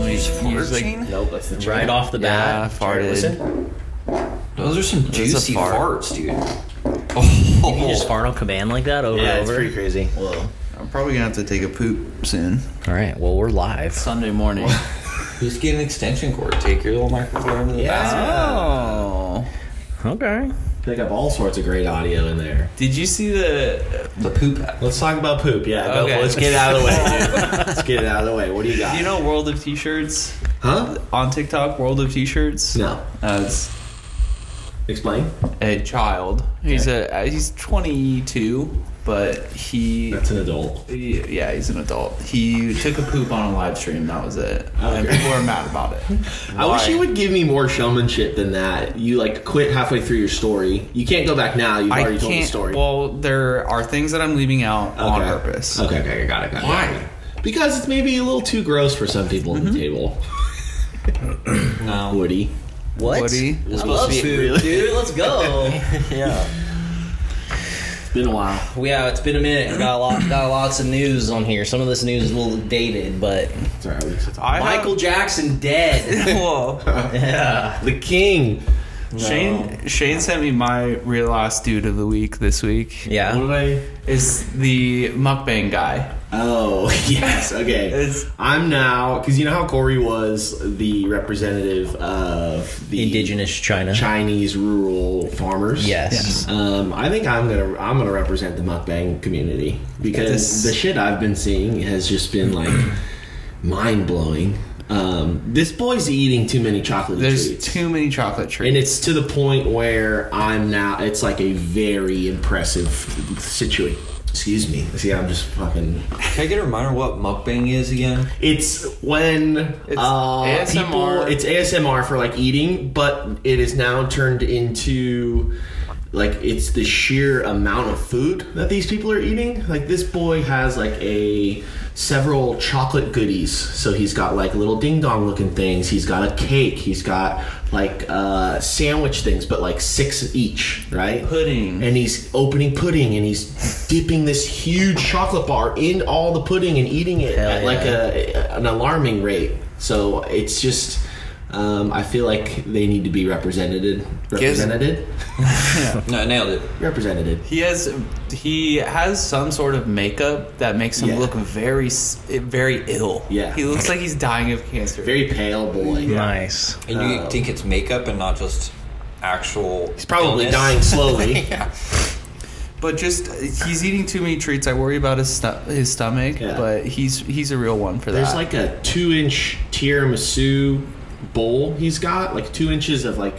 was like Searching? Nope, that's the right off the Yeah, bat. Try to farted. listen. Those are some It's a juicy fart. farts, dude. Oh, You can just fart on command like that over Yeah, and it's over. pretty crazy. Whoa. I'm probably gonna have to take a poop soon. All right. Well, we're live. Sunday morning. just get an extension cord. Take your little microphone to the basket. Oh. Okay. Pick up all sorts of great audio in there. Did you see the? The poop app. Let's talk about poop. Yeah, go- Okay. let's get it out of the way. Dude. let's get it out of the way. What do you got? You know, World of T-shirts huh? on TikTok. World of T-shirts. No. Uh, it's Explain. a child. He's a uh, he's 22, but he, That's an adult. he- yeah he's an adult. He took a poop on a live stream. That was it, and Okay. people are mad about it. I Why? wish you would give me more showmanship than that. You like quit halfway through your story. You can't go back now. You've I already can't. told the story. Well, there are things that I'm leaving out on Okay. purpose. Okay, okay, I got it. Got it. Why? Because it's maybe a little too gross for some people at the table. No. Woody. What? Woody? It's I Um, supposed love to be food, dude. Let's go. yeah. It's been a while. Yeah, it's been a minute. Got a lot. Got lots of news on here. Some of this news is a little dated, but It's all right, we can sit down. I Michael Jackson dead. Have, whoa. yeah. The king. Shane Shane sent me my real last dude of the week this week. Yeah. What did I? Is the mukbang guy. Oh yes, okay. It's- I'm now because you know how Corey was the representative of the Indigenous China. Chinese rural farmers. Yes. Um, I think I'm gonna I'm gonna represent the mukbang community because This- the shit I've been seeing has just been like mind blowing. Um, this boy's eating too many chocolate There's treats. too many chocolate treats. and it's to the point where I'm now. It's like a very impressive situation. Excuse me. See, I'm just fucking. Can I get a reminder what mukbang is again? It's when uh, ASMR. people. It's ASMR for like eating, but it is now turned into like it's the sheer amount of food that these people are eating. Like this boy has like a several chocolate goodies. So he's got like little ding dong looking things. He's got a cake. He's got like uh, sandwich things, but like six each, right? pudding. and he's opening pudding and he's dipping this huge chocolate bar in all the pudding and eating it Hell at like a, an alarming rate. So it's just, um, I feel like they need to be represented, represented, No, I nailed it. represented. He has he has some sort of makeup that makes him Yeah. look very s- very ill. Yeah. he looks like he's dying of cancer. Very pale boy. Nice. And you think it's makeup and not just actual? He's probably illness? dying slowly. yeah. but just he's eating too many treats. I worry about his stu- his stomach, Yeah. but he's he's a real one for There's that. like a two inch tiramisu bowl he's got, like two inches of like,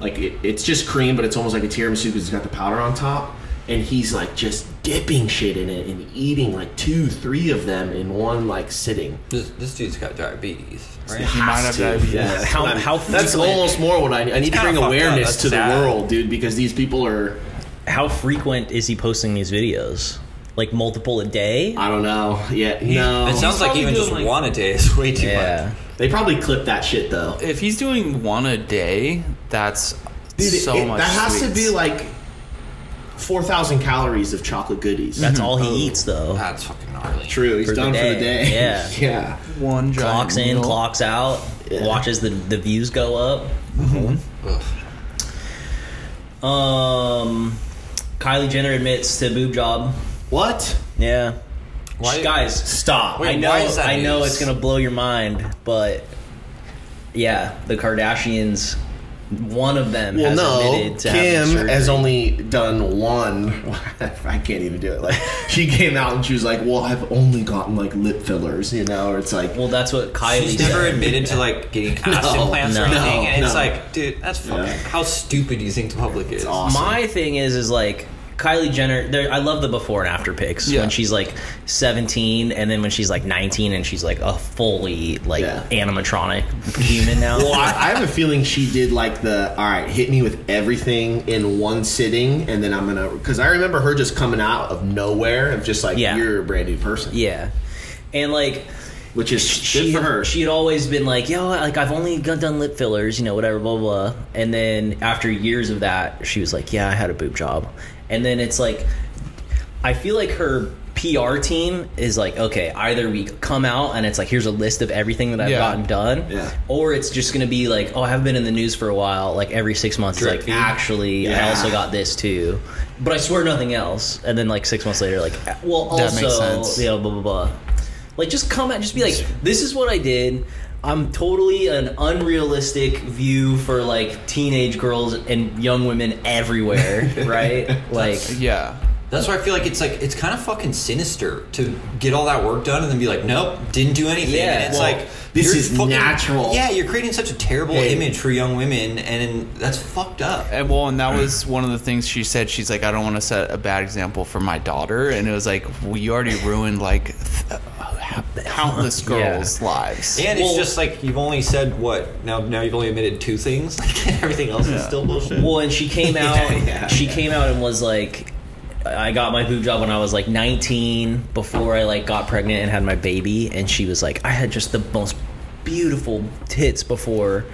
like it, it's just cream, but it's almost like a tiramisu because it's got the powder on top. And he's like just dipping shit in it and eating like two, three of them in one like sitting. This, this dude's got diabetes, right? he might have Has to, diabetes. yeah, that's How- what I'm- how that's frequent- almost more what I need. I need to kinda bring fucked up. awareness That's to the sad. world, dude, because these people are. How frequent is he posting these videos? Like multiple a day? I don't know. Yeah, no. It sounds like probably even doing, just like- one a day is way too Yeah. they probably clip that shit though. If he's doing one a day, that's Dude, so it- much. that has to sweets. be like four thousand calories of chocolate goodies. Mhm. That's all Oh. he eats, though. much. That's fucking gnarly. true. He's for the done for the day. day. Yeah. yeah. one giant Clocks in, meal. clocks out. Yeah. Watches the the views go up. Ugh. Um, Kylie Jenner admits to boob job. What? Yeah. Why- Guys, Stop. Wait, I know, why is that I know news? it's gonna blow your mind, but yeah, the Kardashians, one of them well, has no. admitted to having Kim surgery. has only done one. I can't even do it. Like she came out and she was like, "Well, I've only gotten like lip fillers," you know, or it's like, well, that's what Kylie She's said. never admitted to like getting ass No, implants or no, anything, and it's no. like, dude, that's fucking. Yeah. How stupid do you think the public is? awesome. My thing is, is like Kylie Jenner. There, I love the before and after pics Yeah. when she's like 17, and then when she's like 19, and she's like a fully like Yeah. animatronic human now. Well, I, I have a feeling she did like the all right, hit me with everything in one sitting, and then I'm gonna because I remember her just coming out of nowhere of just like Yeah. you're a brand new person, yeah, and like. which is she good for her. she had always been like, yo, like I've only got- done lip fillers, you know, whatever, blah blah. blah. And then after years of that, she was like, yeah, I had a boob job. And then it's like, I feel like her PR team is like, okay, either we come out and it's like, here's a list of everything that I've Yeah. gotten done, Yeah. or it's just gonna be like, oh, I haven't been in the news for a while. Like every six months, it's like Drip feed. actually, Yeah. I also got this too, but I swear nothing else. And then like six months later, like, well, also, That makes sense. you know, blah blah blah. Like just come out, just be like, this is what I did. I'm totally an unrealistic view for like teenage girls and young women everywhere, right? like, Yeah. That's why I feel like it's like it's kind of fucking sinister to get all that work done and then be like, nope, didn't do anything. Yeah, and it's well, like this you're is natural. Yeah, you're creating such a terrible Hey. image for young women, and that's fucked up. And well, and that was one of the things she said. She's like, I don't want to set a bad example for my daughter. And it was like, well, you already ruined like th- countless girls' lives. And it's Well- just like you've only said what now. Now you've only admitted two things. Like everything else is still bullshit. Well, and she came out. yeah, she came out and was like, "I got my boob job when I was like 19, before I like got pregnant and had my baby." And she was like, "I had just the most beautiful tits before,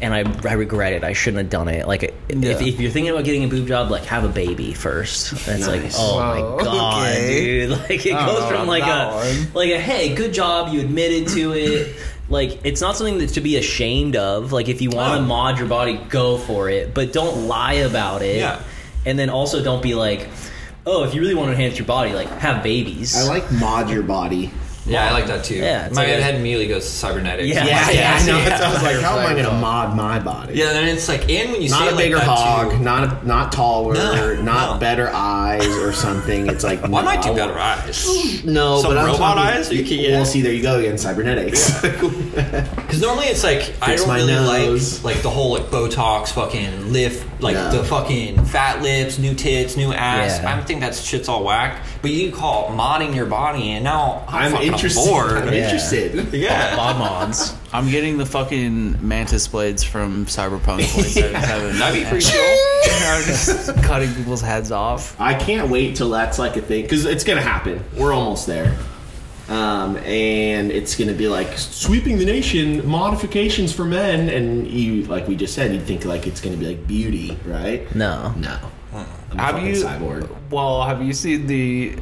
and I I regret it. I shouldn't have done it. Like, if, if you're thinking about getting a boob job, like have a baby first. And it's like, oh my god, dude. Like it goes from like a like a hey, good job, you admitted to it." Like it's not something that's to be ashamed of. Like if you want to mod your body, go for it, but don't lie about it. Yeah. And then also don't be like, oh, if you really want to enhance your body, like have babies. I like mod your body. yeah, I like that too. Yeah, it's my like a- head immediately goes to cybernetics. Yeah. Yeah, I know. It sounds like how am I gonna mod my body? Yeah, and it's like, and when you say Not it a like bigger that hog, too- not not taller, No, not no. better eyes or something. It's like Well, I might do no, better eyes. No, Some but I'm robot talking- eyes? You can- yeah. Well, see, there you go again, cybernetics. Because normally it's like I Fix don't my really nose. like like the whole like Botox fucking lift like Yeah. the fucking fat lips, new tits, new ass. Yeah. I don't think that shit's all whack. But you call it modding your body, and now I'm, I'm fucking interested. I'm bored. Yeah. interested. Yeah. Bob mods. I'm getting the fucking mantis blades from Cyberpunk 2077. That'd be pretty I'm just cutting people's heads off. I can't wait till that's like a thing because it's gonna happen. We're almost there, um, and it's gonna be like sweeping the nation modifications for men. And you, like we just said, you'd think like it's gonna be like beauty, right? No. No, I'm a Have fucking you? cyborg? Well, have you seen the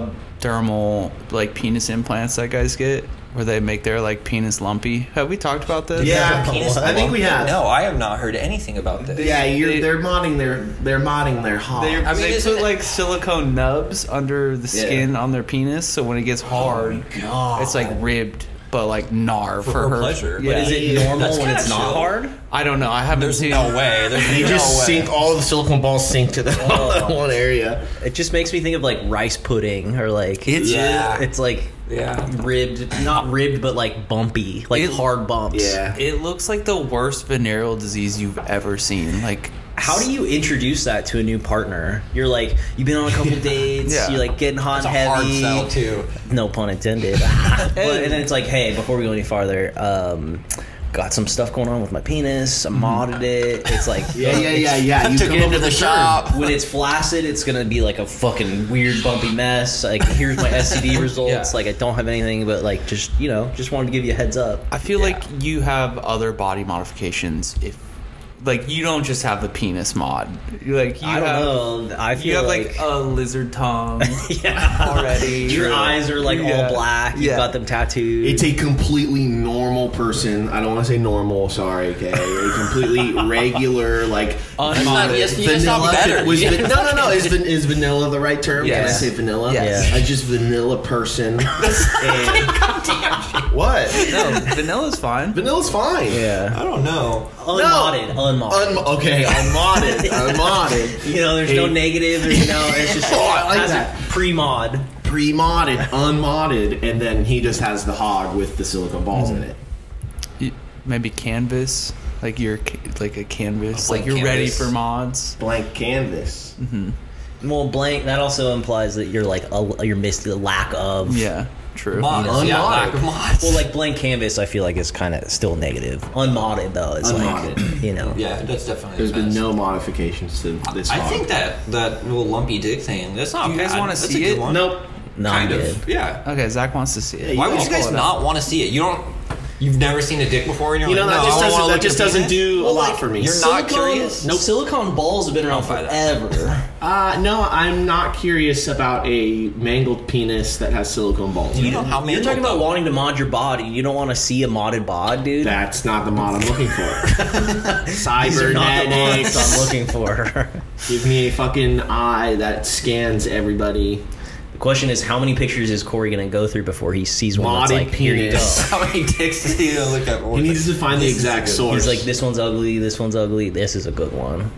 subdermal like penis implants that guys get, where they make their like penis lumpy? Have we talked about this? Yeah, Penis I think we lump? have. No, I have not heard anything about this. Yeah, you're, They- they're modding their they're modding their Oh hog. They, I mean, they it's- put like silicone nubs under the Yeah. skin on their penis, so when it gets hard, God. it's like ribbed, but like gnar for, her pleasure. But Yeah. Is it normal That's when kinda it's not chill. hard? I don't know. I haven't There's seen. no way. There's They no just way. Oh. sink all the silicone balls sink to that, that one area. It just makes me think of like rice pudding or like It's Yeah. it's like Yeah. ribbed, not ribbed, but like bumpy, like hard bumps. Yeah. It looks like the worst venereal disease you've ever seen. Like, How do you introduce that to a new partner? You're like you've been on a couple dates, Yeah. you're like getting hot It's a and hard heavy. sell too. No pun intended. but, and then it's like, hey, before we go any farther, um, got some stuff going on with my penis. I Mm-hmm. modded it. It's like Yeah, yeah, yeah, yeah. You Took come it up into with the a term. shop. when it's flaccid, it's gonna be like a fucking weird bumpy mess. Like here's my STD results. Yeah. Like I don't have anything, but like just you know, just wanted to give you a heads up. I feel like you have other body modifications if. Like you don't just have the penis mod. You, Like you I don't have, know. I feel you have like, like, a lizard tongue yeah. already. Your eyes are like Yeah. all black. You've Yeah. got them tattooed. It's a completely normal person. I don't want to say normal. Sorry, okay. A completely regular, like That's not- yes, yes, that's not better. Was, Yeah. van- no, no, no. Is, van- is vanilla the right term? Can I Yes. say vanilla? Yes. A just vanilla person. And- what? no, vanilla's fine. Vanilla's fine. yeah. I don't know. Oh, Unmodded. Unmodded. Un- okay, I'm modded. I'm modded. you know, there's no negative. There's no. It's just Oh, I like has a that. pre-mod. Pre-modded, unmodded, and then he just has the hog with the silicone balls in it. You- Maybe canvas, like you're ca- like a canvas, blank like you're ready canvas. for mods. Blank canvas. Well, blank. That also implies that you're like a, you're missed the lack of. Yeah, true. Mods. Yeah, Unmodded. lack of mods. Well, like blank canvas, I feel like is kind of still negative. Unmodded though, it's Unmodded. like you know. yeah, that's definitely. There's a been mess. no modifications to this. I hog. think that that little lumpy dick thing. That's not. Do you guys bad. wanna That's a see good it? One. Nope. No, Kind I'm of. good. Yeah. Okay, Zach wants to see it. Why would Yeah, you guys pull it not want to see it? You don't. You've never seen a dick before, and you're You know like, that no, just I don't doesn't wanna that look just at a doesn't penis." do a Well, lot like, for me. You're not curious. No, silicone balls have been around buy that. forever. Uh, no, I'm not curious about a mangled penis that has silicone balls. Do in you it. know how many? You're talking about wanting to mod your body. You don't want to see a modded bod, dude. That's not the mod I'm looking for. They're not the mods Cybernetics. I'm looking for. Give me a fucking eye that scans everybody. the question is, how many pictures is Corey going to go through before he sees one that's Modded like, here you go. penis. how many dicks does he look at? He needs to find the This is exact good. source. He's like, this one's ugly, this one's ugly, this is a good one.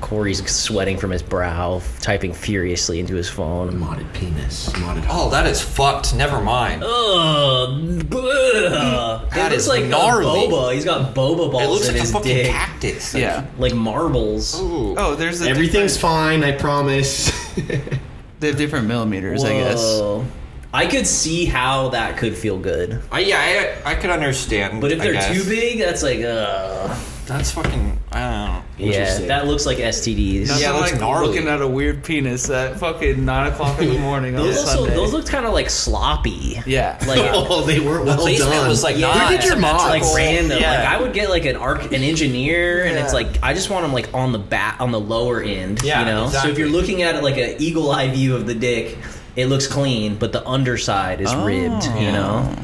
Corey's sweating from his brow, typing furiously into his phone. modded penis. Modded. Oh, that is fucked. Never mind. Oh, Ugh, bleh. That it looks is like a gnarly. boba. He's got boba balls it looks in like a his fucking dick, cactus. Like, Yeah. like marbles. Ooh. Oh, there's the Everything's fine. I promise. Different, they have different millimeters, I guess. Whoa. I could see how that could feel good, I, yeah, I, I could understand. but if I they're guess. too big, that's like, ugh. that's fucking. I don't know. Yeah, Interesting. that looks like STDs. Nothing Yeah, it looks like gnarly. looking at a weird penis at fucking nine o'clock in the morning on a Those also Sunday. those looked kind of like sloppy. yeah, Like oh, they weren't well Placement done. was like, Yeah. not Where did your symmetrical. like random. Yeah. Like I would get like an arc, an engineer, and it's Yeah. like I just want them like on the back, on the lower end. Yeah, you know. So exactly. if you're looking at it like an eagle eye view of the dick, it looks clean, but the underside is ribbed. You know.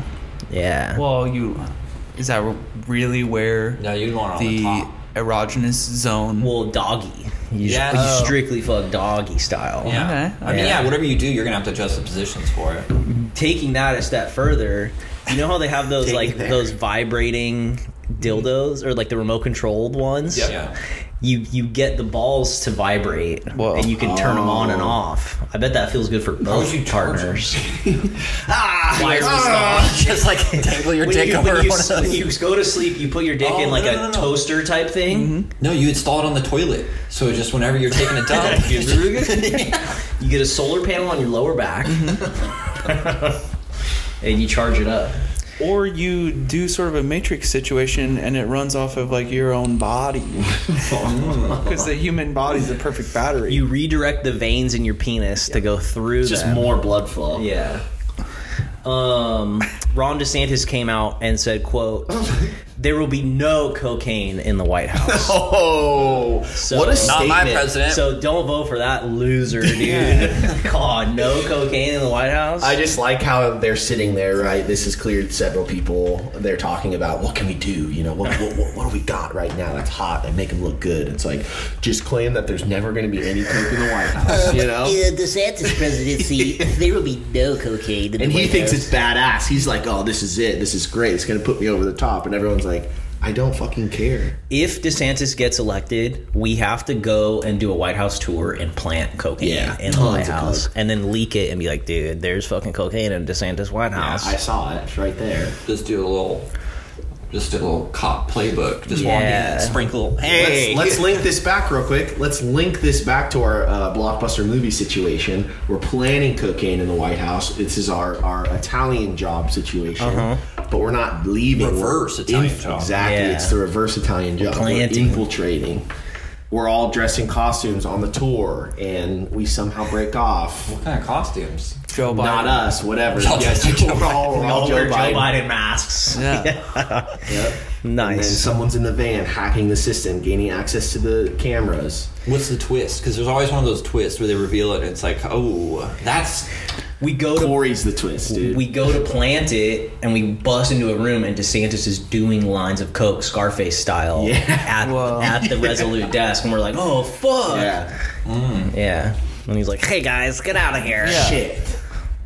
Yeah. Well, you is that really where No, you'd want it on the, the top. erogenous zone? Well, doggy. You, Yeah. you strictly fuck doggy style. Yeah. Okay. I mean, Yeah. yeah. Whatever you do, you're gonna have to adjust the positions for it. Taking that a step further, you know how they have those like those vibrating dildos or like the remote controlled ones. Yeah. you you get the balls to vibrate Whoa. and you can turn them on and off. I bet that feels good for both Oh. would you charge partners. Ah! Just like dangle your When dick you, over when, you, one of when those. you go to sleep, you put your dick Oh, in like no, a no, no, no. toaster type thing. No, you install it on the toilet. So just whenever you're taking a dump, You get a solar panel on your lower back, Mm-hmm. and you charge it up. Or you do sort of a matrix situation and it runs off of like your own body. Because the human body's the perfect battery. You redirect the veins in your penis to go through. just them. more blood flow. Yeah. Um, Ron DeSantis came out and said, "quote There will be no cocaine in the White House." Oh, So- what a Not statement! my president. So don't vote for that loser, dude. God, no cocaine in the White House. I just like how they're sitting there, right? This has cleared several people. They're talking about what can we do? You know, what what, what, what do we got right now that's hot and make them look good? It's like just claim that there's never going to be any coke in the White House, you know. Yeah, DeSantis presidency, there will be no cocaine. In And the he White thinks House. it's badass. He's like, "Oh, this is it. This is great. It's going to put me over the top." And everyone's like, "I don't fucking care." if DeSantis gets elected, we have to go and do a White House tour and plant cocaine Yeah, in the tons White of House, coke. and then leak it and be like, "Dude, there's fucking cocaine in DeSantis White House." I saw it It's right there. just do a little, just do a little cop playbook. Just walk in, Yeah. and sprinkle. Hey, Let's, let's link this back real quick. Let's link this back to our uh, blockbuster movie situation. We're planning cocaine in the White House. This is our, our Italian job situation, but we're not leaving. Reverse We're Italian job. Exactly. Yeah. It's the reverse Italian job. We're planting. infiltrating. We're all dressed in costumes on the tour, and we somehow break off. what kind of costumes? Joe Biden. Not us, whatever. Y'all Yes, dressed in Joe we're all, we're all All Joe wear Joe Biden. Biden masks. Yeah. Yep. And then Nice. someone's in the van hacking the system, gaining access to the cameras. What's the twist? Because there's always one of those twists where they reveal it, and it's like, oh, that's we go to Corey's the twist, dude. we go to plant it and we bust into a room and DeSantis is doing lines of coke Scarface style Yeah. at, Whoa. at the Resolute desk and we're like, oh fuck. yeah. Yeah. And he's like, hey guys, get out of here. Shit.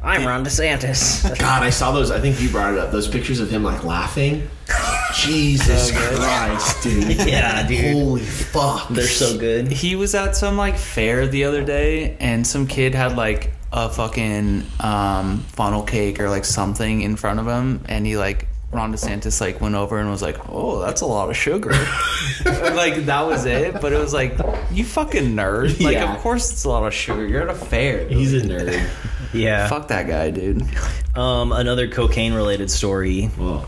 I'm Ron DeSantis. God, I saw those. I think you brought it up. Those pictures of him like laughing. Jesus Christ, dude. Yeah, dude. Holy fuck. They're so good. He was at some like fair the other day and some kid had like a fucking um, funnel cake or like something in front of him and he like Ron DeSantis like went over and was like, "Oh, that's a lot of sugar." And, like that was it, but it was like, "You fucking nerd!" Like, Yeah. of course it's a lot of sugar. You're at a fair. He's a nerd. Yeah. Fuck that guy, dude. Um, another cocaine related story. Whoa.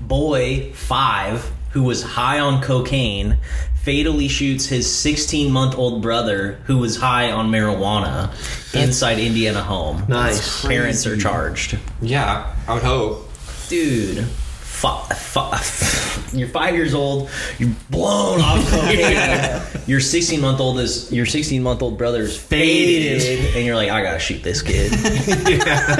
Boy five, who was high on cocaine, fatally shoots his 16 month old brother, who was high on marijuana, inside Indiana home. Nice. Parents are charged. yeah. I would hope. Dude, fi- fi- you're five years old. You're blown off cocaine. your 16 month old is your 16 month old brother's faded, and you're like, I gotta shoot this kid.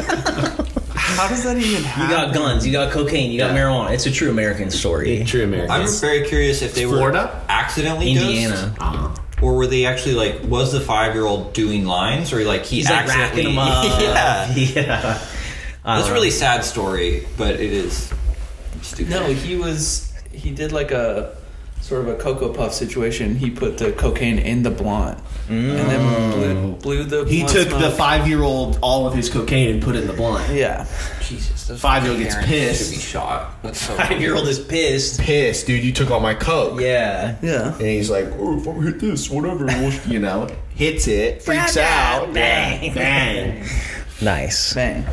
How does that even You happen? got guns. You got cocaine. You got marijuana. It's a true American story. True American. I'm very curious if they were Florida? accidentally Indiana. Uh-huh. dosed, or were they actually like was the five year old doing lines or like he He's like racking accidentally them up. yeah. yeah. I That's don't a know. really sad story, but it is stupid. No, he was. He did like a sort of a cocoa puff situation. He put the cocaine in the blunt, and then blew, blew the. Mm. he blunt took the smoke. five year old all of his cocaine and put it in the blunt. Yeah, Jesus, those Five year old gets parents should be pissed. shot. That's so. five year old is pissed. Pissed, dude. You took all my coke. Yeah. yeah. And he's like, oh, if I hit this, whatever, we'll-" you know, hits it, freaks out, bang, bang. Nice. Bang.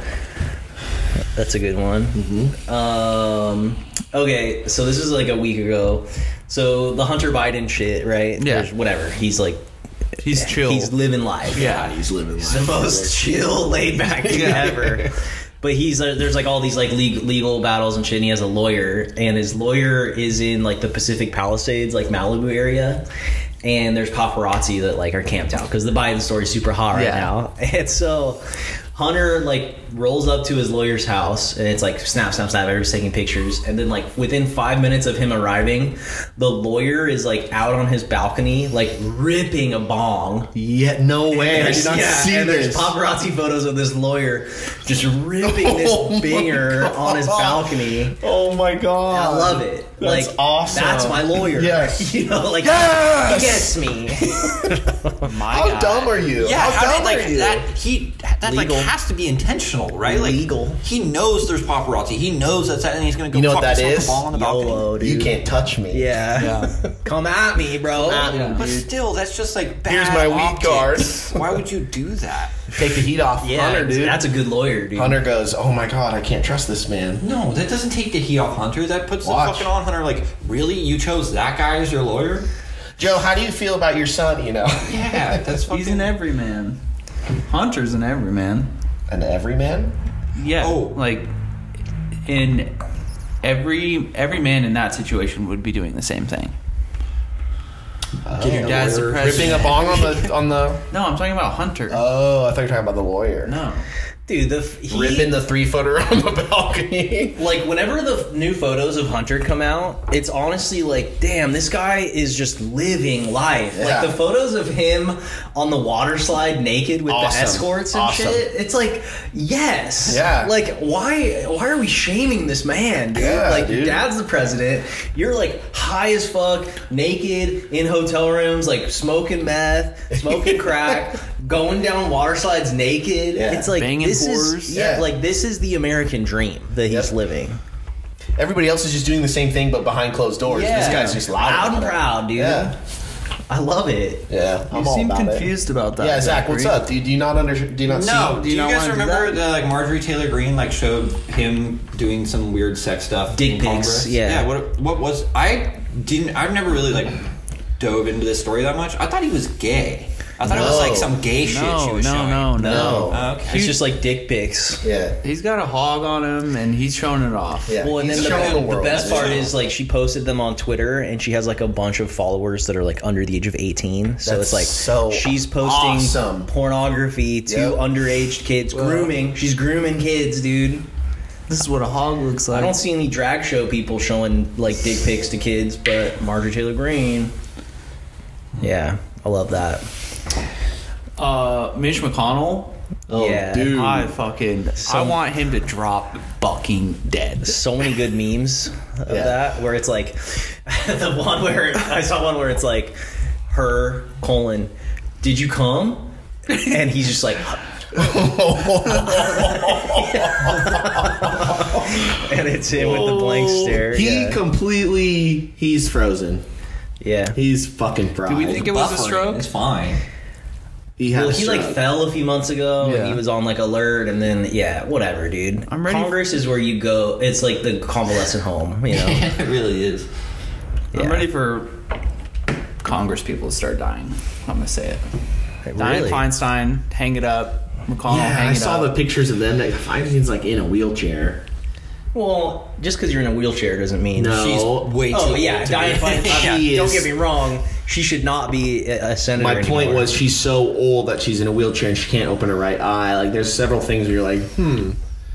That's a good one. Mm-hmm. Um, okay, so this is like a week ago. So the Hunter Biden shit, right? Yeah. There's whatever. He's like, He's chill. he's living life. yeah. He's living life. the most chill, laid back thing ever. But he's uh, there's like all these like legal, legal battles and shit. And he has a lawyer, and his lawyer is in like the Pacific Palisades, like Malibu area. And there's paparazzi that like are camped out because the Biden story's super hot right Yeah. now. And so Hunter like rolls up to his lawyer's house, and it's like snap, snap, snap. Everybody's taking pictures, and then like within five minutes of him arriving, the lawyer is like out on his balcony, like ripping a bong Yeah, no way. I did not yeah, see and there's this. paparazzi photos of this lawyer just ripping Oh my this binger on his God. balcony. oh my I god. love it. That's like, awesome. That's my lawyer. Yes. you know, like Yes! he gets me. My How God. dumb are you? Yeah, How how dumb did, like are you? that? He that Legal. like has to be intentional, right? Like Legal. He knows there's paparazzi. He knows that's that, and he's gonna go. You know fuck what that himself with is? a Ball on the balcony. YOLO, dude. you can't touch me. Yeah. Come at me, bro. But still, that's just like bad. Here's my weed card. optics. Why would you do that? Take the heat off Yeah, Hunter, dude. that's a good lawyer, dude. Hunter goes, oh my god, I can't trust this man. No, that doesn't take the heat off Hunter. That puts Watch. the fucking on Hunter. Like, really, you chose that guy as your lawyer? Joe, how do you feel about your son? You know, Yeah, that's fucking. He's an everyman. Hunter's an everyman. an everyman. Yeah. Oh. Like in every every man in that situation would be doing the same thing. Oh. dad's the ripping president. a bong on the on the. No, I'm talking about Hunter. Oh, I thought you were talking about the lawyer. no. Dude, the he, Ripping the three footer on the balcony. like whenever the new photos of Hunter come out, it's honestly like, damn, this guy is just living life. Yeah. Like the photos of him on the water slide naked with Awesome. the escorts and Awesome. shit. It's like, yes. Yeah. Like why why are we shaming this man, dude? Yeah, like your dude. dad's the president. You're like high as fuck, naked in hotel rooms, like smoking meth, smoking crack, going down water slides naked. Yeah. It's like Banging this whores. is yeah, Yeah. like this is the American dream that he's Yep. living. Everybody else is just doing the same thing, but behind closed doors. This guy's just loud. Loud and about it. proud, dude. Yeah, I love it. yeah. You I'm all seem about it. confused about that. Yeah, Zach, what's Zachary. up? Do you, do you not under? Do you not No, see? do you, not guys wanna do remember the like Marjorie Taylor Greene like showed him doing some weird sex stuff? Dick in pics, Congress? yeah. yeah. What what was I didn't I've never really like dove into this story that much. I thought he was gay. I thought it was like some gay shit she No, was no, showing. no, no. No. Oh, okay. It's just like dick pics. Yeah. He's got a hog on him and he's showing it off. Yeah. Well, and He's then the, showing the, world. best part Yeah. is like she posted them on Twitter, and she has like a bunch of followers that are like under the age of eighteen. So That's it's like so she's posting awesome. pornography to Yep. underage kids, grooming. She's grooming kids, dude. This is what a hog looks I like. don't see any drag show people showing like dick pics to kids, but Marjorie Taylor Greene. Yeah, I love that. uh, Mitch McConnell. Oh, yeah. dude. I fucking. I want him to drop fucking dead. so many good memes of Yeah. that where it's like the one where I saw one where it's like her colon did you come and he's just like and it's him with the blank stare He yeah, completely. He's frozen. yeah. He's fucking fried. Do we think it was a Buffering, stroke? It's fine. he had Well, a he like stroke. fell a few months ago, Yeah. and he was on like alert, and then yeah, whatever, dude. I'm ready- Congress is where you go. It's like the convalescent home, you know. it really is. Yeah. I'm ready for Congress people to start dying. I'm gonna say it. Really. Diane Feinstein, hang it up. McConnell, Yeah, hang I it saw up. the pictures of them. That Feinstein's like in a wheelchair. Well, just because you're in a wheelchair doesn't mean. No. She's way too. Oh old yeah, to Diane be- Feinstein. She Don't is- get me wrong. She should not be a a senator. My point anymore. was she's so old that she's in a wheelchair and she can't open her right eye. Like there's several things where you're like, hmm,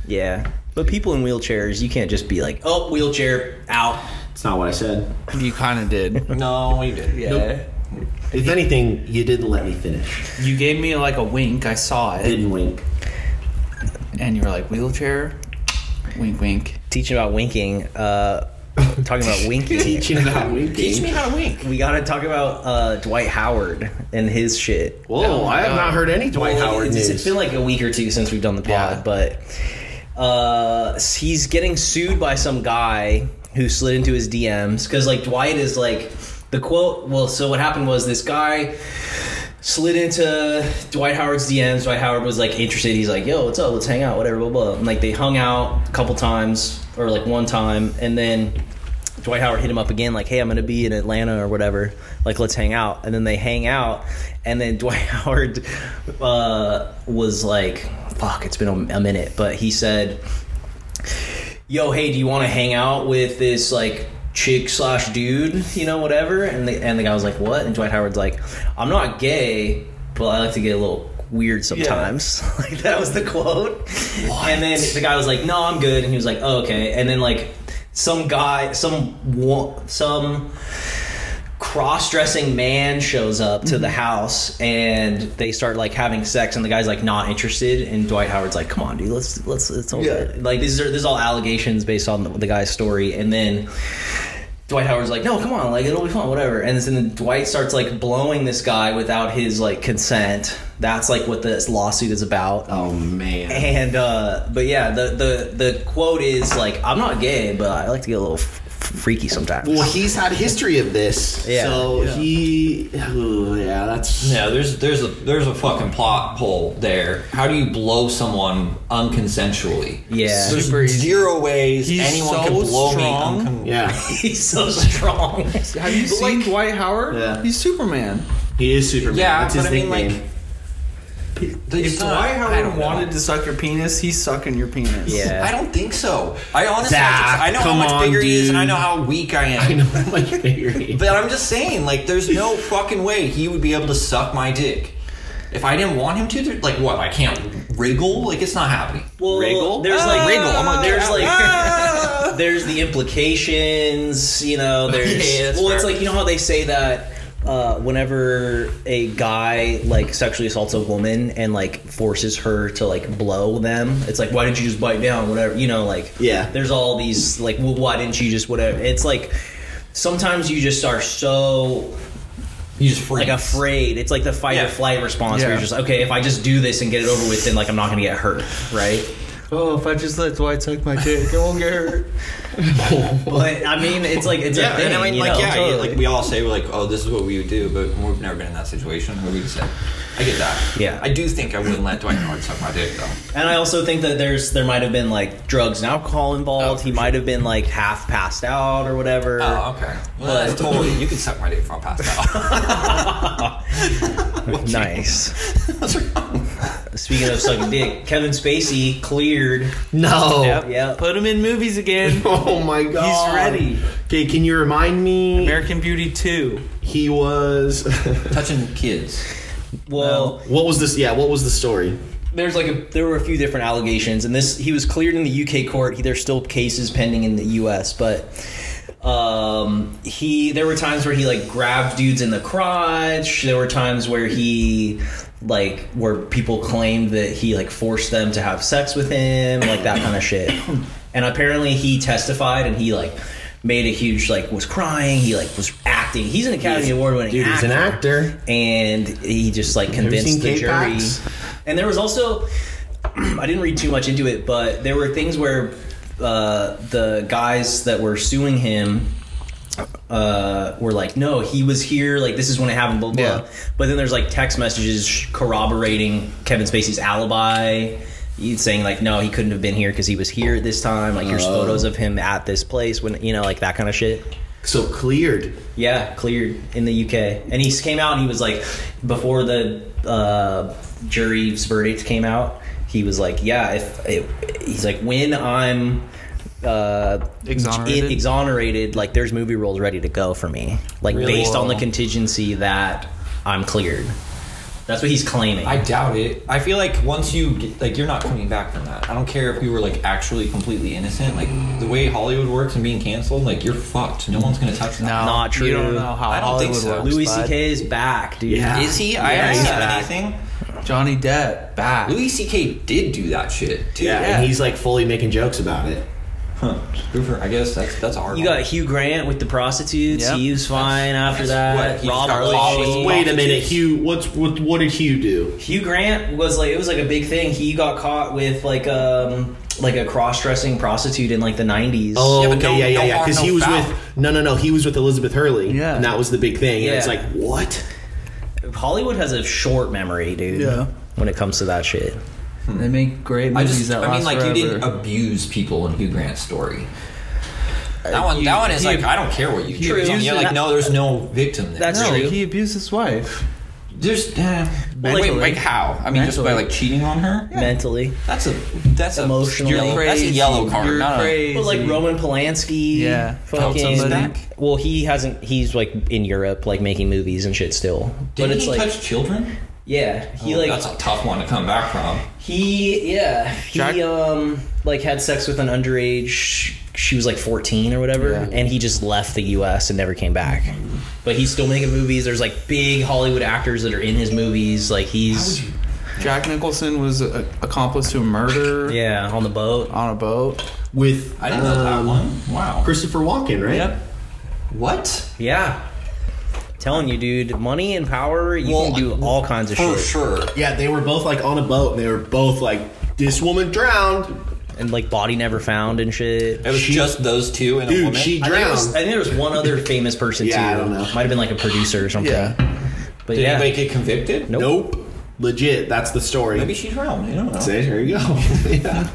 Yeah, but people in wheelchairs, you can't just be like, oh, wheelchair out. it's not what I said. You kind of did. No, you did. Yeah. If anything, you didn't let me finish. You gave me like a wink. I saw it, Didn't wink. and you were like wheelchair. Wink, wink. Teaching about winking. Uh, talking about winking. Teaching about winking. Teach me how to wink. We gotta talk about uh, Dwight Howard and his shit. Whoa, I have not heard any Dwight Well, Howard it's- news. it's been like a week or two since we've done the pod, Yeah. but uh, he's getting sued by some guy who slid into his DMs because like Dwight is like the quote. Well, so what happened was this guy slid into Dwight Howard's DMs. Dwight Howard was like interested. He's like, "Yo, what's up? Let's hang out, whatever." Blah blah. And, like they hung out a couple times or like one time, and then. Dwight Howard hit him up again, like, "Hey, I'm gonna be in Atlanta or whatever. Like, let's hang out." And then they hang out, and then Dwight Howard uh, was like, "Fuck, it's been a, a minute," but he said, "Yo, hey, do you want to hang out with this like?" chick slash dude you know whatever and the, and the guy was like what and dwight howard's like i'm not gay but i like to get a little weird sometimes like that was the quote and then the guy was like no i'm good and he was like oh, okay and then like some guy some wo- some cross-dressing man shows up to the Mm-hmm. house and they start like having sex and the guy's like not interested and Dwight Howard's like come on dude let's let's it's over like these are these are all allegations based on the, the guy's story and then Dwight Howard's like no come on like it'll be fun whatever and then Dwight starts like blowing this guy without his like consent that's like what this lawsuit is about oh man. and uh but yeah the the the quote is like I'm not gay but I like to get a little f- f- freaky sometimes Well, he's had a history of this. Yeah. So he, oh, yeah, that's Yeah, there's there's a there's a fucking plot hole there. How do you blow someone unconsensually? Yeah. there's Super easy. zero ways He's anyone so can blow strong. me. Uncon- yeah. he's so strong Have you seen Dwight Howard? Yeah. He's Superman. He is Superman. Yeah, that's his but I mean, nickname. like, If It's not- Dwight I don't Howard know. wanted to suck your penis, he's sucking your penis. yeah I don't think so. I honestly, I, Zach, just, I know how come much on, bigger he is, and I dude. know how weak I am. I know my theory. But I'm just saying, like, there's no fucking way he would be able to suck my dick. If I didn't want him to, there- like, what? I can't wriggle? Like, it's not happening. Well, wriggle? there's like wriggle. I'm on there's like there's the implications, you know. There's Yeah, that's well, it's fair. like you know how they say that uh, whenever a guy like sexually assaults a woman and like forces her to like blow them, it's like why didn't you just bite down? Whatever, you know, like Yeah. There's all these like well, why didn't you just whatever? It's like sometimes you just are so you just freak. like afraid. It's like the fight Yeah. or flight response where Yeah. you're just okay. If I just do this and get it over with, then like I'm not gonna get hurt, right? Oh, if I just let Dwight suck my dick, I won't get hurt. But I mean, it's like it's yeah, a thing. and I mean, you like, know, yeah, totally. yeah, like we all say, we're like, oh, this is what we would do, but we've never been in that situation. What would we say? I get that. Yeah. I do think I wouldn't let Dwight Howard suck my dick, though. and I also think that there's there might have been like drugs and alcohol involved. he might have been like half passed out or whatever. Oh, okay. Well, that's totally. You can suck my dick if I passed out. nice. What's wrong? Speaking of sucking dick, Kevin Spacey cleared. no. Yep. Yep. Put him in movies again. Oh my god. ready. Okay, can you remind me? American Beauty 2. He was. Touching kids. Well, what was this? Yeah, what was the story? there's like a there were a few different allegations, and this he was cleared in the UK court. There's still cases pending in the US, but um, he there were times where he like grabbed dudes in the crotch. There were times where he like where people claimed that he like forced them to have sex with him, like that kind of shit. And apparently he testified and he like made a huge like was crying. He like was acting. He's an Academy Award winning Dude, he's an actor. and he just like convinced seen the Kate jury. Box? And there was also, I didn't read too much into it, but there were things where uh, the guys that were suing him uh, were like, "No, he was here. Like this is when it happened." Blah blah. Yeah. But then there's like text messages corroborating Kevin Spacey's alibi. He's saying like, "No, he couldn't have been here because he was here at this time." Like, here's photos of him at this place when you know, like that kind of shit. So cleared. Yeah, cleared in the UK, and he came out and he was like, before the uh, jury's verdict came out, he was like, yeah, if it, he's like, when I'm uh, Exonerated? it- exonerated, like there's movie roles ready to go for me, like based on the contingency that I'm cleared. That's what he's claiming. I doubt it. I feel like once you get, like, you're not coming back from that. I don't care if you were like actually completely innocent. Like the way Hollywood works and being canceled, like you're fucked. No one's gonna touch that. No, Not You true. don't know how I don't think Hollywood so. works. Louis bud. C.K. is back, dude. Yeah. Is he? I haven't he's seen back. anything. Johnny Depp back. Louis C.K. did do that shit too. Yeah, Yeah. and he's like fully making jokes about it. Huh. Hoover, I guess that's that's a hard. You one. got Hugh Grant with the prostitutes. Yep. He was fine after that. what he- Rob Charlie Lowe. Sheen. Wait a minute, Hugh. What's what? What did Hugh do? Hugh Grant was like it was like a big thing. He got caught with like um like a cross dressing prostitute in like the nineties. Oh, Yeah, but okay, no- yeah, yeah, no yeah. harm, Because no he was foul. with no, no, no. He was with Elizabeth Hurley. Yeah. and that was the big thing. And it's Yeah. like what? Hollywood has a short memory, dude. Yeah. When it comes to that shit. They make great I movies just, that I mean, last like forever. you didn't abuse people in Hugh Grant's story. That one, you- that one is he like, ab- I don't care what you he do. abused You're it. like, no, there's no victim there. That's no, true. he abused his wife. There's, eh. Well, wait, like- wait, how? I mean, just by Mentally. like cheating on her. Mentally. That's a, that's a Emotionally. yellow- That's a yellow card. You're not a- crazy. Well, like Roman Polanski. Yeah. Felt Fucking somebody. Well, he hasn't he's like in Europe, like making movies and shit still. Didn't but it's he like touch children? Yeah. He Oh, like that's a tough one to come back from. He yeah he Jack- um like had sex with an underage. She was like fourteen or whatever, and he just left the U.S. and never came back. But he's still making movies. There's like big Hollywood actors that are in his movies. Like he's Jack Nicholson was a, accomplice to a murder yeah on the boat. on a boat. With I didn't know that um, one. Wow. Christopher Walken, right? Yep. What? Yeah, telling you, dude, money and power. You Well, can do all kinds of For shit. sure. Yeah, they were both like on a boat, and they were both like, "This woman drowned, And like body never found and shit. It was She- just those two and a dude. woman. She I think, there was, drowned." I think there was one other famous person Yeah, I too. don't know. Might have been like a producer or something. Yeah. But Did yeah, anybody get convicted? Nope. Nope, legit. That's the story. Maybe she drowned. You don't know. Say, here you go. yeah.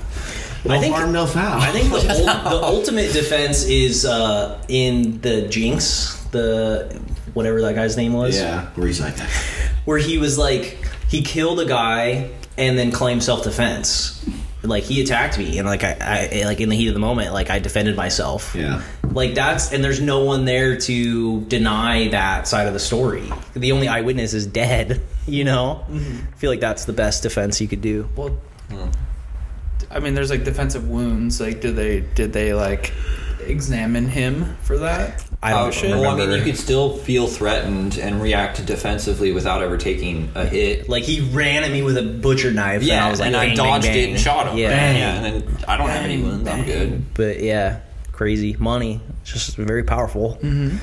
No I think- harm, no foul. I think the, ul- the ultimate defense is uh, in the Jinx, the whatever that guy's name was, Yeah, where he's like that. where he was like he killed a guy and then claimed self defense. Like he attacked me, and like I, I, like in the heat of the moment, like I defended myself. Yeah. Like that's and there's no one there to deny that side of the story. The only eyewitness is dead. You know, Mm-hmm. I feel like that's the best defense you could do. Well, hmm. I mean, there's like defensive wounds. Like, did they did they like examine him for that? I don't Oh, shit. Well, I remember. mean, you could still feel threatened and react defensively without ever taking a hit. Like he ran at me with a butcher knife. yeah, and I was like, bang, dodged bang, it bang. and shot him. Yeah, yeah, and then I don't have any wounds. I'm good. but yeah, crazy money. It's just very powerful. Mm-hmm.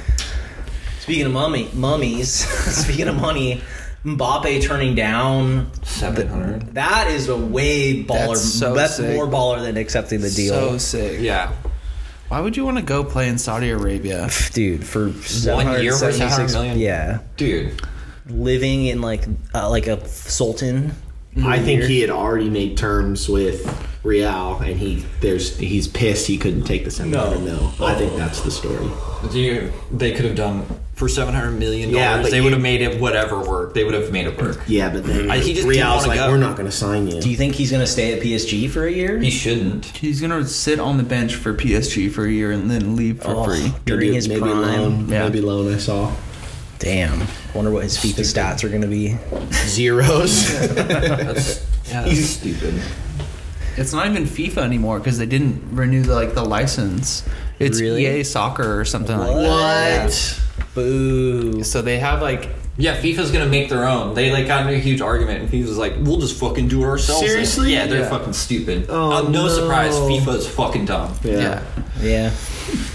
Speaking of mummy mummies, speaking of money, Mbappe turning down Seven hundred. that is a way baller. That's so sick. more baller than accepting the deal, So sick. Yeah, Why would you want to go play in Saudi Arabia? dude. For one year for seven hundred 776 million. Yeah, dude. living in like uh, like a sultan. Mm-hmm. I think he had already made terms with Real, and he there's he's pissed he couldn't take the seven hundred mil. I think that's the story. Dude, they could have done for seven hundred million Yeah, dollars. but they you- would have made it whatever work. They would have made it work. Yeah, but then I- he just didn't Real's wanna like, go. we're not going to sign you. Do you think he's gonna stay at PSG for a year? He shouldn't. He's gonna sit on the bench for PSG for a year and then leave for Oh, free. during his maybe prime. loan, Yeah. maybe loan. I saw Damn. Wonder what his FIFA stats are going to be. zeros. That's yeah, that's stupid. It's not even FIFA anymore because they didn't renew the, like the license. It's Really? EA Soccer or something What? like Boo. that. So they have like Yeah, FIFA's gonna make their own. They like got into a huge argument, and FIFA's like, "We'll just fucking do it ourselves." then." Seriously? Yeah, they're Yeah. fucking stupid. Oh, uh, no, no. surprise, FIFA's fucking dumb. yeah. Yeah.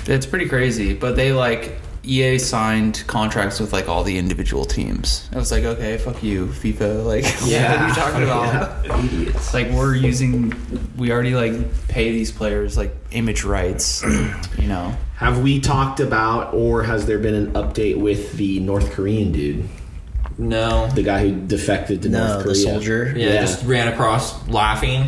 It's pretty crazy, but they like EA signed contracts with like all the individual teams. I was like, okay, fuck you, FIFA. Like, what are you talking about? It's like we're using, we already like pay these players like image rights, you know. Have we talked about, or has there been an update with the North Korean dude, No. the guy who defected to No, North the Korea? soldier? Yeah, just ran across laughing.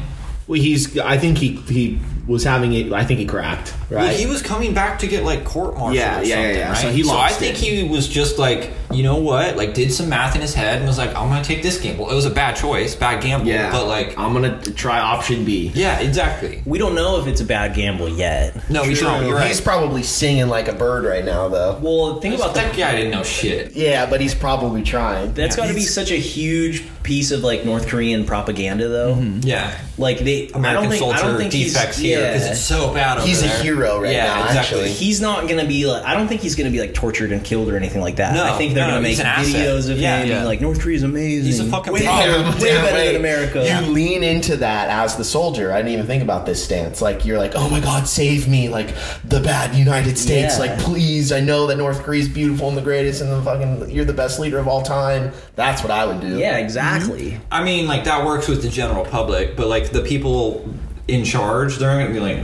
Well, he's. I think he he was having it. I think he cracked. Well, Right. he was coming back to get like court martial. Yeah, or yeah, yeah, something, yeah. Right? So he I lost think it. he was just like, you know what? Like, did some math in his head and was like, I'm gonna take this gamble. It was a bad choice, bad gamble. Yeah, But like, I'm gonna try option B. yeah, exactly. We don't know if it's a bad gamble yet. No, he's wrong. You're He's right. probably singing like a bird right now, though. Well, think about that. That guy didn't know shit. Yeah, but he's probably trying. That's got to be such a huge piece of like North Korean propaganda, though. Yeah. Like they, I don't American think, I don't soldier think he's- defects here because yeah. it's so bad over He's a there. hero right yeah, now, Exactly. actually. He's not gonna be like. I don't think he's gonna be like tortured and killed or anything like that. No, I think they're no, gonna make he's an asset. videos of Yeah. him being Yeah. like North Korea's amazing. He's a fucking way problem. better, way better than America. You lean into that as the soldier. I didn't even think about this stance. Like you're like, oh my god, save me! Like the bad United States. Yeah. Like please, I know that North Korea's beautiful and the greatest, and the fucking you're the best leader of all time. That's what I would do. Yeah, exactly. I mean, like that works with the general public, but like the people in charge, they're gonna be like,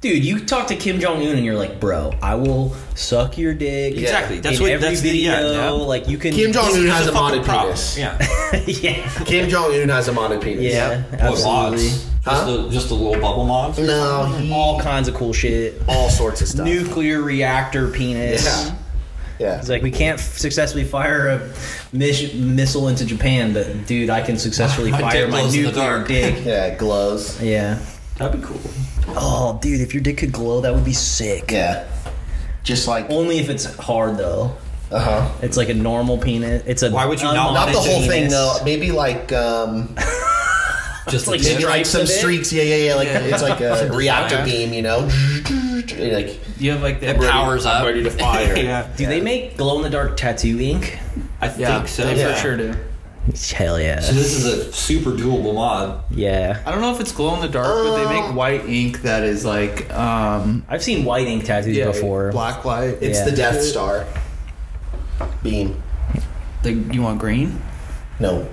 Dude, you talk to Kim Jong Un and you're like, bro, I will suck your dick. Exactly. That's in what- every that's the- video. yeah, yeah. Like you can. Kim Jong "This Un is has a fucking modded problem." penis. Yeah. yeah. Kim Jong Un has a modded penis. Yeah. What Absolutely. mods? Huh? Just, the, just the little bubble mods? No, he, All all kinds of cool shit. sorts of stuff. Nuclear reactor penis. Yeah. yeah. It's like we can't f- successfully fire a mis- missile into Japan, but dude, I can successfully My fire dick my glows in the nuclear dark. dick. Yeah, it glows. Yeah. That'd be cool. Oh, dude, if your dick could glow, that would be sick. Yeah. Just like Only if it's hard though. uh huh. It's like a normal penis. It's a Why would you not unmodded want Not the whole thing penis. though. Maybe like um Just like like maybe like stripes some of it? streaks. Yeah, yeah, yeah. Like it's like a reactor fire. beam, you know. Like You have like the it powers up. ready to fire. yeah. Do they make glow in the dark tattoo ink? I think Yeah, so. they Yeah. for sure do. Hell So yeah. this is a super doable mod. Yeah. I don't know if it's glow in the dark, but they make white ink that is like um I've seen white ink tattoos yeah, before. black light. it's Yeah. the Death Star beam. Like you want green? No,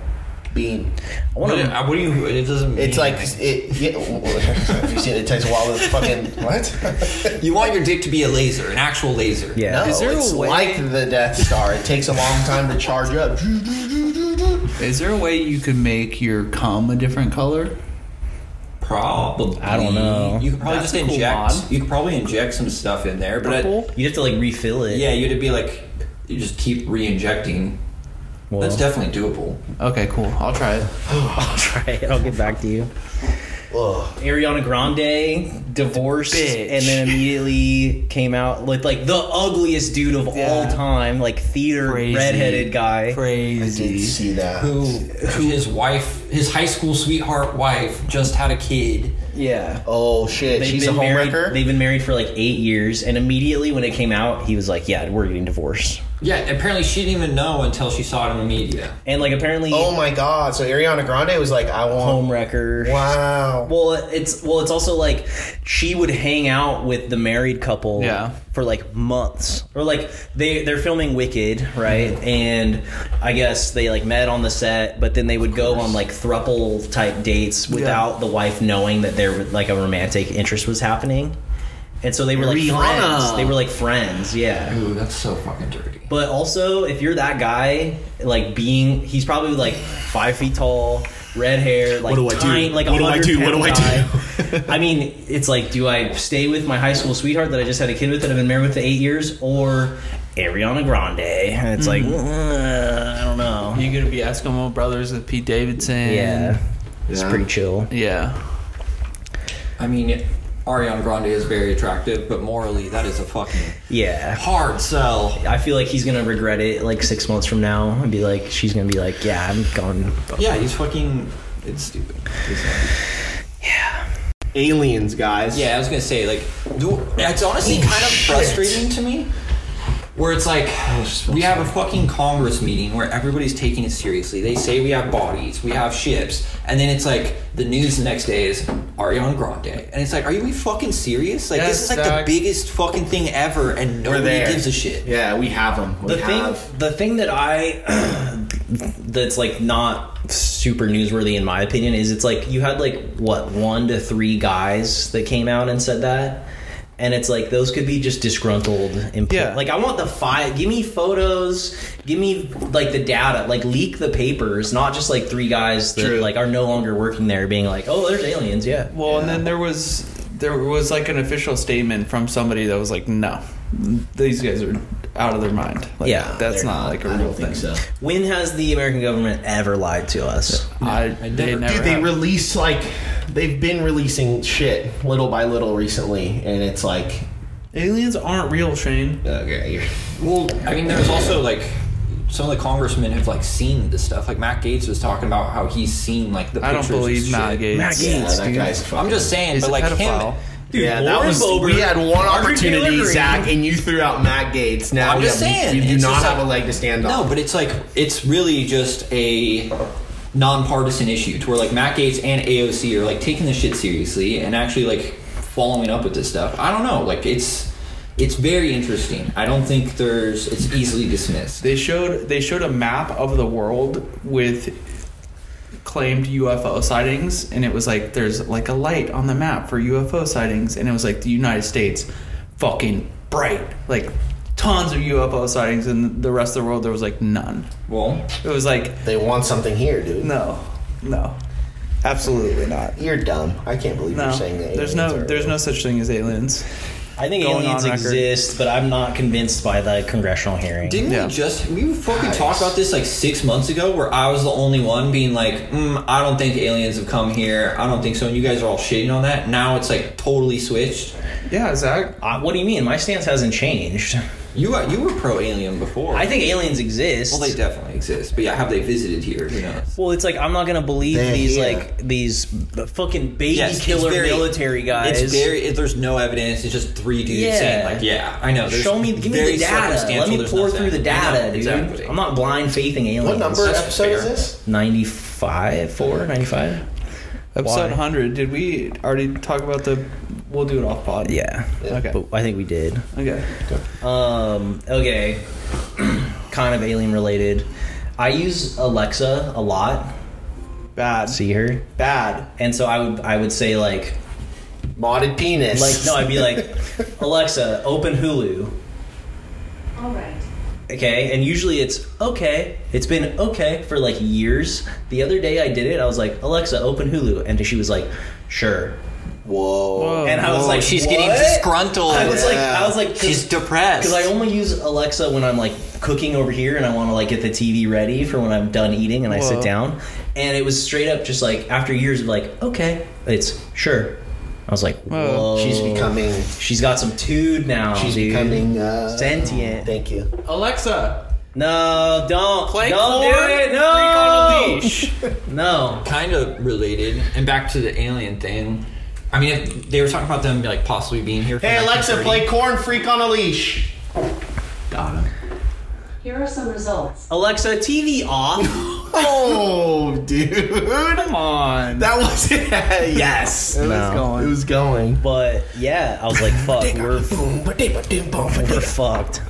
beam. I What, want to. do you? It doesn't. It's mean like anything. it. Yeah, have you seen it? It takes a while to fucking what? you want your dick to be a laser, an actual laser. Yeah. No, Is there a it's way- like the Death Star. It takes a long time to charge up. Is there a way you could make your cum a different color? Probably. I don't know. You could probably That's just a cool inject. mod. You could probably inject some stuff in there, but it, You'd have to like refill it. yeah, you'd be like, you just keep re-injecting. Well, That's definitely doable. Okay, cool. I'll try it. I'll try it. I'll get back to you. Ugh. Ariana Grande divorced Bitch. and then immediately came out with like the ugliest dude of all time, like theater Crazy. redheaded guy. I did Crazy. see that. Who? His wife, his high school sweetheart wife, just had a kid. Yeah. Oh shit, she's a married, homewrecker. They've been married for like eight years, and immediately when it came out, he was like, "Yeah, we're getting divorced." Yeah, apparently she didn't even know until she saw it in the media. And like apparently, oh my god! So Ariana Grande was like, "I want." homewrecker. Wow. Well, it's well, it's also like she would hang out with the married couple Yeah. for like months, or like they they're filming Wicked, right? And I guess they like met on the set, but then they would go on like thruple type dates without the wife knowing that there was like a romantic interest was happening, and so they were like friends. They were like friends, yeah. Ooh, that's so fucking dirty. But also, if you're that guy, like being, he's probably like five feet tall, red hair, like What do I do? tiny, like What do I do? What do I do? I mean, it's like, do I stay with my high school sweetheart that I just had a kid with that I've been married with for eight years, or Ariana Grande? And it's Hmm. like, uh, I don't know. You gonna be Eskimo Brothers with Pete Davidson? Yeah, it's pretty chill. Yeah. I mean, Ariana Grande is very attractive, but morally, that is a fucking Yeah. hard sell. I feel like he's gonna regret it like six months from now and be like, she's gonna be like, yeah, I'm gone. Yeah, he's fucking. It's stupid. It's not- aliens, guys. yeah, I was gonna say like, do, it's honestly kind of frustrating to me. Where it's like, Oh, we have a fucking Congress meeting where everybody's taking it seriously. They say we have bodies, we have ships, and then it's like the news the next day is Ariana Grande, and it's like, are you fucking serious? Like this is like the Exact- biggest fucking thing ever, and We're nobody there. gives a shit. Yeah, we have them. We the have. thing the thing that i that's like not super newsworthy in my opinion is it's like you had like what one to three guys that came out and said that and it's like those could be just disgruntled employees. Yeah. Like I want the file. Give me photos. Give me like the data. Like leak the papers, not just like three guys that True. like are no longer working there, being like, oh, there's aliens. Yeah. Well, and then there was there was like an official statement from somebody that was like, no, these guys are out of their mind. Like, Yeah, that's not like a I real don't thing. think so. When has the American government ever lied to us? I, they never. Dude, they have. release like they've been releasing shit little by little recently, and it's like Aliens aren't real, Shane. okay, you're, Well, I mean, there's also like some of the congressmen have like seen this stuff. Like Matt Gates was talking about how he's seen like the I don't pictures and believe shit. Matt Gates. yeah, that guy's. I'm Fucking, just saying, is but a like pedophile. him. yeah, that was. we had one opportunity, Zach, and you threw out Matt Gates. Now I'm we, just have, saying, we do it's not just have like- a leg to stand on. No, but it's like it's really just a nonpartisan issue to where like Matt Gates and AOC are like taking this shit seriously and actually like following up with this stuff. I don't know, like it's it's very interesting. I don't think there's it's easily dismissed. They showed they showed a map of the world with claimed UFO sightings, and it was like there's like a light on the map for UFO sightings, and it was like the United States, fucking bright, like tons of UFO sightings, and the rest of the world there was like none. Well, It was like They want something here, dude. no, no, absolutely not. You're dumb. I can't believe No, you're saying that. there's aliens no are there's no such thing as aliens. I think Going aliens on record. exist, but I'm not convinced by the congressional hearing. didn't Yeah. we just we fucking talked about this like six months ago where I was the only one being like, mm, I don't think aliens have come here. I don't think so. And you guys are all shitting on that. Now it's like totally switched. Yeah, Zach. Uh, what do you mean? My stance hasn't changed. You were, you were pro alien before. I think aliens exist. Well, they definitely exist, but yeah, have they visited here? Who knows? Well, it's like I'm not gonna believe They're these here. like these b- fucking baby Yes, it's killer very- military guys. It's very. It, there's no evidence. It's just three dudes Yeah. saying like, "Yeah, I know." There's Show me, give me very the data. circumstantial, Let me there's pour nothing. through the I know, data, dude. Exactly. I'm not blind faithing aliens. What number That's episode is fair. this? 95, 4, 95? Episode Why? 100. Did we already talk about the? We'll do it off pod. Yeah. Okay. But I think we did. Okay. Um, okay. kind of alien related. I use Alexa a lot. Bad. See her. Bad. And so I would I would say like modded penis. like no, I'd be like Alexa, open Hulu. All right. Okay, and usually it's okay. It's been okay for like years. The other day I did it. I was like, "Alexa, open Hulu." And she was like, "Sure." Whoa. And I was like, she's "What?" getting disgruntled. I was like, I was like, she's depressed. because I only use Alexa when I'm like cooking over here and I want to like get the TV ready for when I'm done eating and I sit Whoa. down. And it was straight up just like after years of like, okay, it's sure. I was like, Whoa. whoa. she's becoming. She's got some tude now. She's dude. becoming uh, sentient. Thank you. Alexa, No, don't play corn. don't do it. Freak on a No, leash. no. kind of related, and back to the alien thing. I mean, if they were talking about them like possibly being here. Hey Alexa, play Corn Freak on a Leash. Here are some results. Alexa, TV off. Oh, dude, Come on. that was it. yes, it No. It was going. But yeah, I was like, fuck, we're, we're fucked.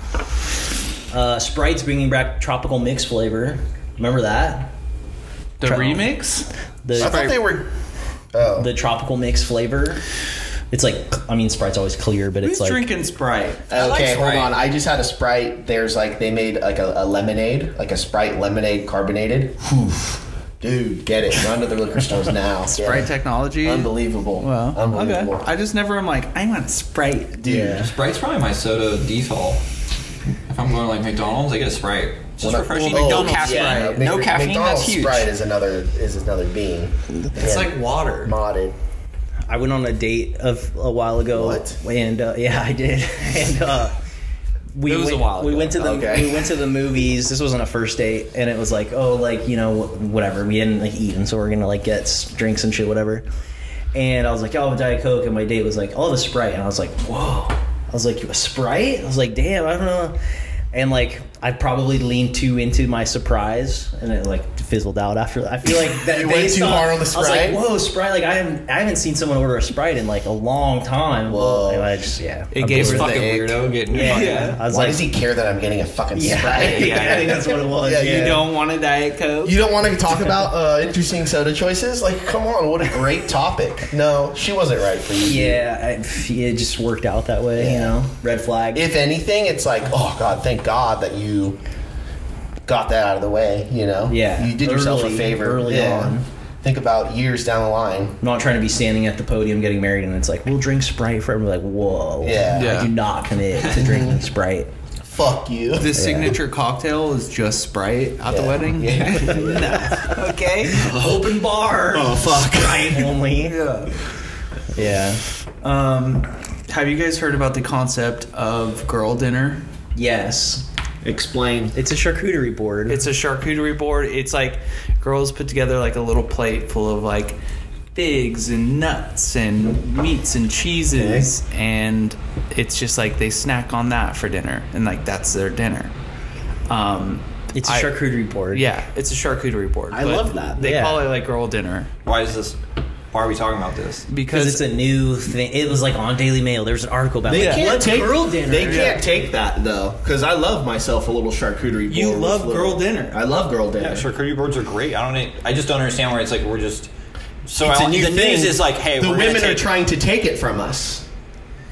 Uh, Sprite's bringing back tropical mix flavor. Remember that? the Try- remix? I The thought they were. Oh, the tropical mix flavor. It's like I mean, Sprite's always clear, but Who's it's like drinking Sprite? like okay. hold Sprite. on. I just had a Sprite. There's like they made like a, a lemonade, like a Sprite lemonade carbonated. Whew. Dude, get it. Run to the liquor stores now. Sprite Yeah. technology. Unbelievable. Well, Unbelievable. okay. I just never am like I want a Sprite, dude. Sprite's probably my soda default. If I'm going to, like McDonald's, I get a Sprite. It's just Well, refreshing. well, no oh, caffeine. yeah. No Mc- caffeine. McDonald's that's huge. Sprite is another is another being. It's like water. modded. I went on a date of a while ago, What? and uh, yeah, I did. And uh, we It was a went, while we ago. went to the Okay. we went to the movies. This wasn't a first date, and it was like, oh, like you know, wh- whatever. We didn't like eat, and so we're gonna like get s- drinks and shit, whatever. And I was like, oh, a diet coke, and my date was like, I'll have a sprite, and I was like, whoa. I was like, a sprite? I was like, damn, I don't know. And like, I probably leaned too into my surprise, and it like fizzled out after. I feel like that You went based too hard on the I was like, Sprite? whoa, Oh, Sprite! Like I haven't, I haven't seen someone order a Sprite in like a long time. Whoa. And I just, yeah, It I'm gave bored. her Fucking the ick. weirdo getting yeah. fucking- I was Why like, does he care that I'm getting a fucking yeah, Sprite? yeah, I think that's what it was. Yeah, Yeah, you You don't want a Diet Coke. You don't want to talk about uh, interesting soda choices? Like, come on, what a great topic. No, she wasn't right for you. yeah, I- f- yeah, it just worked out that way. You know, red flag. If anything, it's like, oh God, thank God that you got that out of the way. You know, yeah, you did yourself a early- favor early Yeah. on. think about years down the line. I'm not trying to be standing at the podium getting married and it's like, we'll drink Sprite for everyone. Like, whoa. Yeah. I Yeah. do not commit to drinking Sprite. Fuck you. The signature cocktail is just Sprite at the wedding. no. Okay. Open bar. Oh fuck. Sprite only. Yeah. Yeah. Um, have you guys heard about the concept of girl dinner? Yes. Explain. It's a charcuterie board. It's a charcuterie board. It's like girls put together like a little plate full of like figs and nuts and meats and cheeses, and it's just like they snack on that for dinner, and like that's their dinner. Um, It's a I- charcuterie board. Yeah, it's a charcuterie board. I but love that. They Yeah. call it like girl dinner Why is this? Why are we talking about this? because Because it's a new thing. It was like on Daily Mail. There was an article about They like, can't what's take- girl dinner? They can't take that though, because I love myself a little charcuterie board. You with love little- girl dinner. I love girl dinner. Yeah, charcuterie boards are great. I don't. e, I just don't understand where it's like we're just. So It's I, a new the thing. news is like, hey, the we're gonna women are take- trying to take it from us.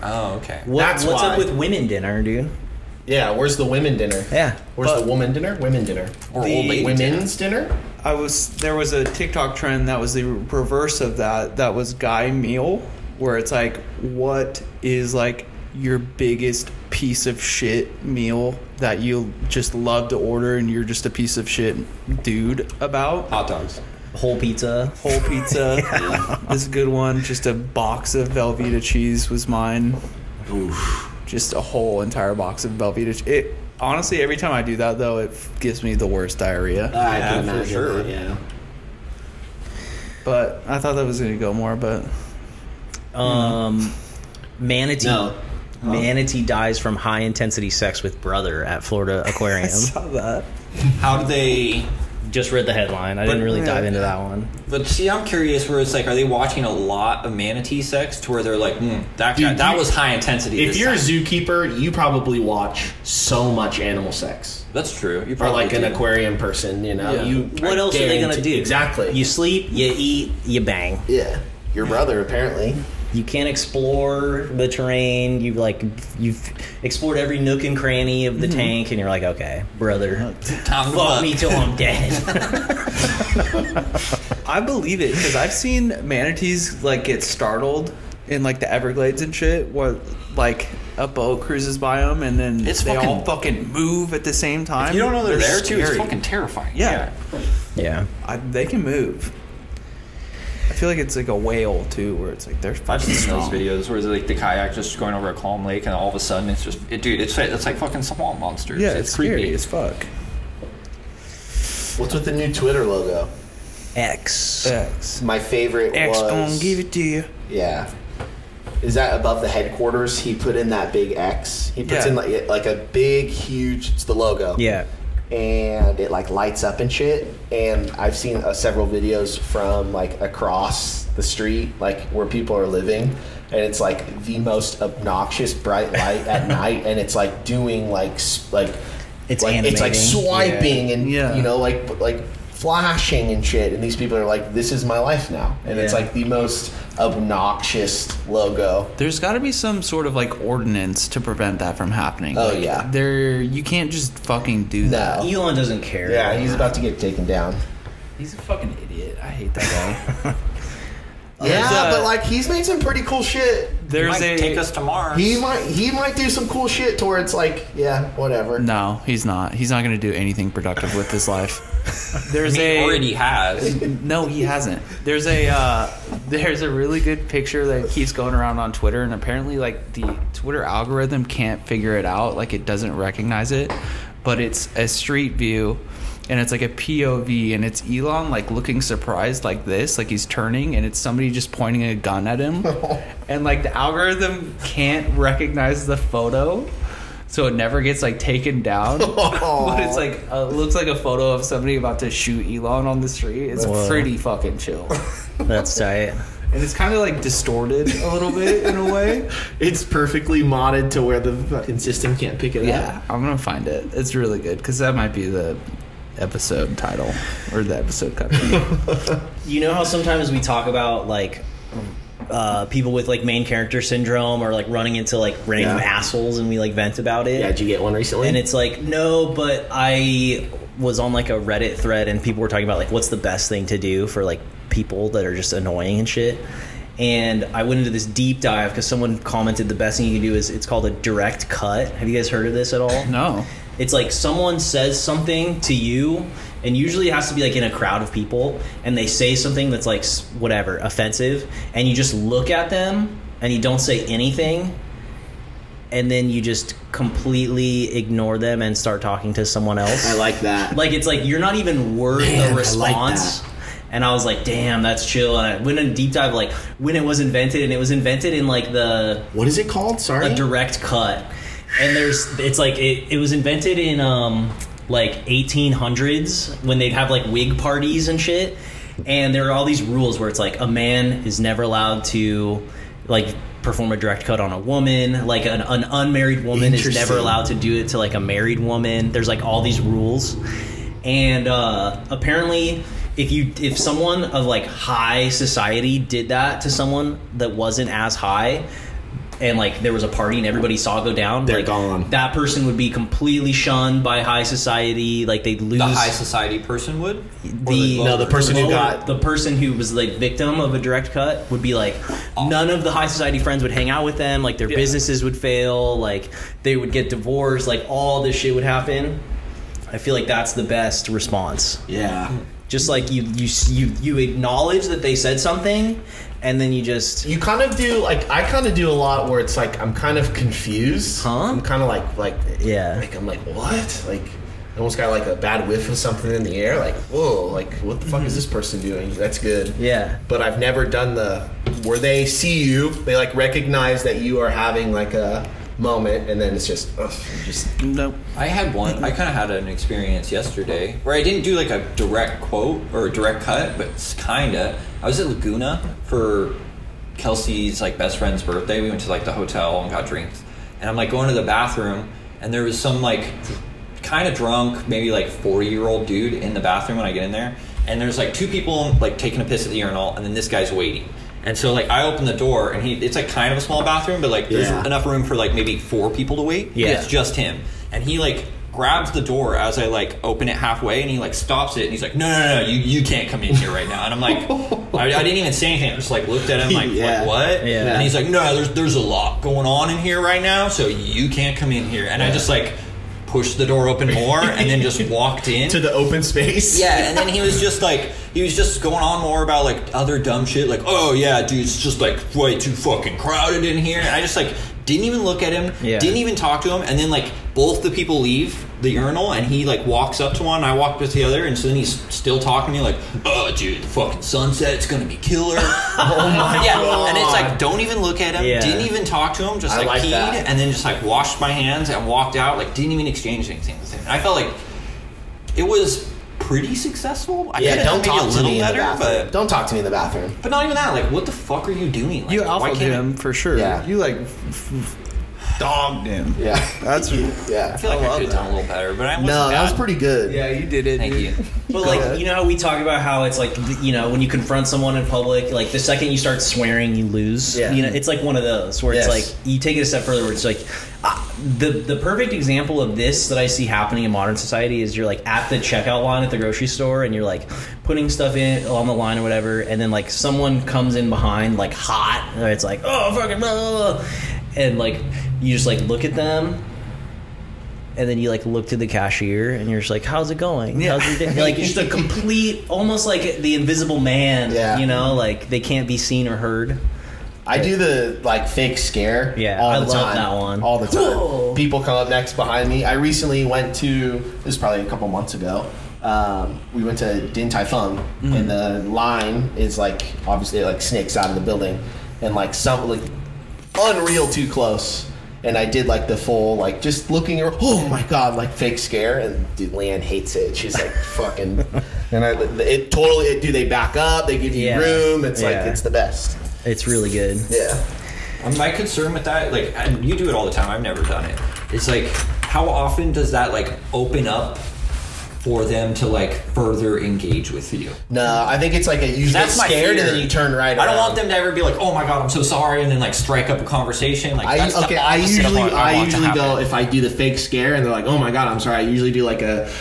Oh, okay. What- That's what's why. up with women dinner, dude? Yeah, where's the women dinner? Yeah. Where's the woman dinner? Women dinner. We're The old ladies. Women's dinner? I was there was a TikTok trend that was the reverse of that. That was guy meal, where it's like, what is like your biggest piece of shit meal that you just love to order and you're just a piece of shit dude about? Hot dogs. Whole pizza. Whole pizza. This is a good one. Just a box of Velveeta cheese was mine. Just a whole entire box of Velveeta. che- It honestly, every time I do that though, it f- gives me the worst diarrhea. I Yeah, for sure. yeah. But I thought that was gonna go more, but Um, manatee. Hmm. No. Manatee dies from high intensity sex with brother at Florida Aquarium. that. How do they? Just read the headline. I didn't really dive into that one. But see, I'm curious where it's like, are they watching a lot of manatee sex to where they're like, hmm, that guy, Dude, that you- was high intensity. If this you're a time. zookeeper, you probably watch so much animal sex. that's true. You Or probably like an do. aquarium person, you know. Yeah. You What I else are they gonna guarantee- do? Exactly. You sleep, you eat, you bang. yeah. Your brother apparently. You can't explore the terrain. You've like you've explored every nook and cranny of the Hmm. tank, and you're like, okay, brother, Time to fuck fuck. me till I'm dead. I believe it because I've seen manatees like get startled in like the Everglades and shit, where like a boat cruises by them and then It's they all fucking- fucking move at the same time. You don't know they're, there too. It's scary. fucking terrifying. Yeah, yeah. I, they can move. I feel like it's like a whale too, where it's like they're I've fucking seen those strong. videos where like the kayak just going over a calm lake, and all of a sudden it's just, it, dude, it's it's like fucking swamp monsters. Yeah, it's, scary as fuck. What's with the new Twitter logo? X. X. My favorite X was gonna give it to you. Yeah. Is that above the headquarters? He put in that big X. He puts Yeah. in like like a big, huge. It's the logo. Yeah. and it like lights up and shit. And I've seen uh, several videos from like across the street, like where people are living, and it's like the most obnoxious bright light at night, and it's like doing like s- like It's like, it's like animating. swiping and Yeah. you know like like flashing and shit. And these people are like, this is my life now, and it's Yeah. like the most obnoxious logo. There's got to be some sort of like ordinance to prevent that from happening. Oh, Like, yeah. there you can't just fucking do that. No. Elon doesn't care. yeah, he's about to get taken down. He's a fucking idiot. I hate that guy. Yeah, a- but like he's made some pretty cool shit. There's might a take us to Mars. He might he might do some cool shit towards like yeah whatever. no. He's not. He's not going to do anything productive with his life. There's He a already has. no. He hasn't. There's a uh, there's a really good picture that keeps going around on Twitter, and apparently like the Twitter algorithm can't figure it out. Like it doesn't recognize it, but it's a street view. And it's like a POV, and it's Elon like looking surprised, like this, like he's turning, and it's somebody just pointing a gun at him, and like the algorithm can't recognize the photo, so it never gets like taken down. but it's like uh, looks like a photo of somebody about to shoot Elon on the street. It's Whoa. pretty fucking chill, That's tight. and it's kind of like distorted a little bit in a way. It's perfectly modded to where the fucking System can't pick it up. Yeah, I'm gonna find it. It's really good because that might be the episode title or the episode cover. You know how sometimes we talk about like uh, people with like main character syndrome or like running into like random Yeah. assholes and we like vent about it. Yeah, did you get one recently? and it's like no, but I was on like a Reddit thread and people were talking about like what's the best thing to do for like people that are just annoying and shit. And I went into this deep dive because someone commented the best thing you can do is it's called a direct cut. Have you guys heard of this at all? No. It's like someone says something to you, and usually it has to be like in a crowd of people, and they say something that's like s- whatever, offensive, and you just look at them and you don't say anything, and then you just completely ignore them and start talking to someone else. I like that. Like it's like you're not even worth Man, I the like response. that. and I was like, damn, that's chill. And I went in a deep dive like when it was invented, and it was invented in like the what is it called? Sorry. a direct cut. And there's it's like it, it was invented in um like 1800s when they'd have like wig parties and shit. And there are all these rules where it's like a man is never allowed to like perform a direct cut on a woman, like an, an unmarried woman is never Interesting. allowed to do it to like a married woman. There's like all these rules. And uh apparently if you if someone of like high society did that to someone that wasn't as high, and like there was a party and everybody saw it go down, They're like, gone. That person would be completely shunned by high society. Like they'd lose The high society person would. Or the- no, the person who lower- got the person who was like victim of a direct cut would be like none of the high society friends would hang out with them. Like their businesses would fail. Like they would get divorced. Like all this shit would happen. I feel like that's the best response. yeah. Just like you you you you acknowledge that they said something, and then you just You kind of do like I kind of do a lot where it's like I'm kind of confused. Huh? I'm kind of like like Yeah. Like I'm like what? Like I almost got like a bad whiff of something in the air. Like whoa! Like what the fuck is this person doing? That's good. yeah. But I've never done the where they see you, they like recognize that you are having like a moment, and then it's just ugh, just Nope. I had one. I kind of had an experience yesterday where I didn't do like a direct quote or a direct cut, but it's kinda. I was at Laguna for Kelsey's like best friend's birthday. We went to like the hotel and got drinks, and I'm like going to the bathroom, and there was some like kind of drunk, maybe like 40 year old dude in the bathroom when I get in there, and there's like two people like taking a piss at the urinal, and then this guy's waiting. And so, like, I open the door, and he—it's like kind of a small bathroom, but like, there's Yeah. enough room for like maybe four people to wait. Yeah. It's just him. And he like grabs the door as I like open it halfway and he like stops it and he's like, No, no, no, you, you can't come in here right now. And I'm like, I, I didn't even say anything. I just like looked at him like, Yeah. like what? Yeah. And he's like, No, there's there's a lot going on in here right now, so you can't come in here. And I just like pushed the door open more and then just walked in. to the open space. Yeah, and then he was just like he was just going on more about like other dumb shit, like oh yeah, dude, it's just like way too fucking crowded in here. And I just like didn't even look at him, Yeah. didn't even talk to him, and then like both the people leave the urinal, and he like walks up to one, I walk up to the other, and so then he's still talking to me like, oh dude, the fucking sunset's gonna be killer. oh my yeah, and it's like don't even look at him, Yeah. didn't even talk to him, just I like, like peed, that. and then just like washed my hands and walked out, like didn't even exchange anything with him. And I felt like it was pretty successful. I Yeah, could've don't done maybe talk to me in the bathroom. but Don't talk to me in the bathroom. but not even that. Like, what the fuck are you doing? Like, You why alpha can't him for sure. Yeah. You like f- f- dogged him. Yeah, That's yeah. I, I feel like I, could have done a little better, but I wasn't no, that was bad. pretty good. yeah. You did it. Thank dude. you. But like you know how we talk about how it's like th- you know when you confront someone in public, like the second you start swearing, you lose. Yeah. You know, it's like one of those where it's Yes. like you take it a step further. Where it's like ah, the the perfect example of this that I see happening in modern society is you're like at the checkout line at the grocery store and you're like putting stuff in on the line or whatever, and then like someone comes in behind like hot, and it's like oh fucking blah, blah, blah," and like you just like look at them and then you like look to the cashier and you're just like, "How's it going? How's your day?" Like just a complete, almost like the Invisible Man. Yeah. You know, like they can't be seen or heard. I do the like fake scare. Yeah, all I the love time, that one. All the time. Whoa. People come up next behind me. I recently went to this was probably a couple months ago. Um, we went to Din Tai Fung, and the line is like obviously it, like snakes out of the building, and like some like unreal too close. And I did like the full like just looking around. Oh my god, like fake scare. And dude, Leanne hates it. She's like fucking. And I, it totally. It, do they back up? They give you Yeah. room. It's like Yeah. it's the best. It's really good. Yeah. Um, my concern with that, like, and you do it all the time. I've never done it. It's like, how often does that like open up for them to like further engage with you? No, I think it's like a you That's get my scared fear. and then you turn right. I don't around. want them to ever be like, "Oh my god, I'm so sorry," and then like strike up a conversation. Like, I that's the okay. I opposite of usually what I, want to usually happen. go if I do the fake scare and they're like, "Oh my god, I'm sorry." I usually do like a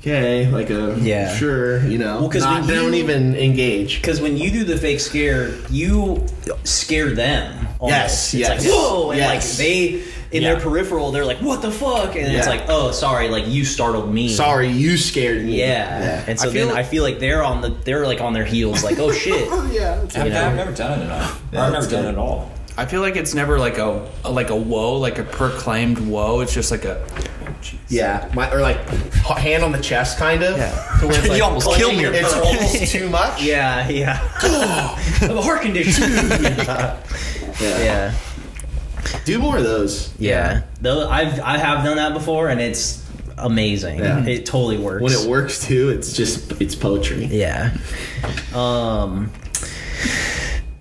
okay, like a Yeah. sure, you know, Well, 'cause Not- when they don't you- even engage. Because when you do the fake scare, you scare them. Almost. Yes, it's yes, like whoa, and yes. like they in Yeah. their peripheral, they're like, "What the fuck?" And it's Yeah. like, "Oh, sorry, like you startled me." Sorry, you scared me. Yeah. And so I feel- then I feel like they're on the they're like on their heels, like, "Oh shit." I've, I've never done it enough. I've never done it at all. I feel like it's never like a like a whoa, like a proclaimed whoa. It's just like a Yeah, my, or like h- hand on the chest, kind of. Yeah. To where it's like, You almost it's killed me. It's almost too much. yeah, yeah. I have a heart condition. yeah. Do more of those. Yeah. Though I've I have done that before and it's amazing. Yeah. It totally works. When it works too, it's just it's poetry. Yeah. Um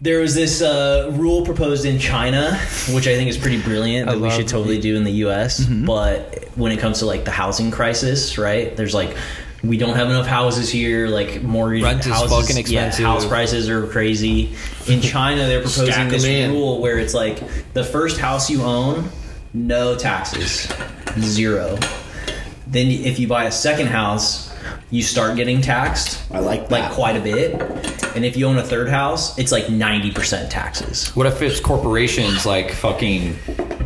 there was this uh, rule proposed in China, which I think is pretty brilliant that we should totally do in the U.S. But when it comes to like the housing crisis, right? There's like we don't have enough houses here. Like mortgage Rent is houses, fucking Yeah, house expensive. prices are crazy. In China, they're proposing Stack 'em this in. rule where it's like the first house you own, no taxes, zero. Then if you buy a second house, you start getting taxed. I like like that. quite a bit. And if you own a third house, it's like ninety percent taxes. What if it's corporations like fucking?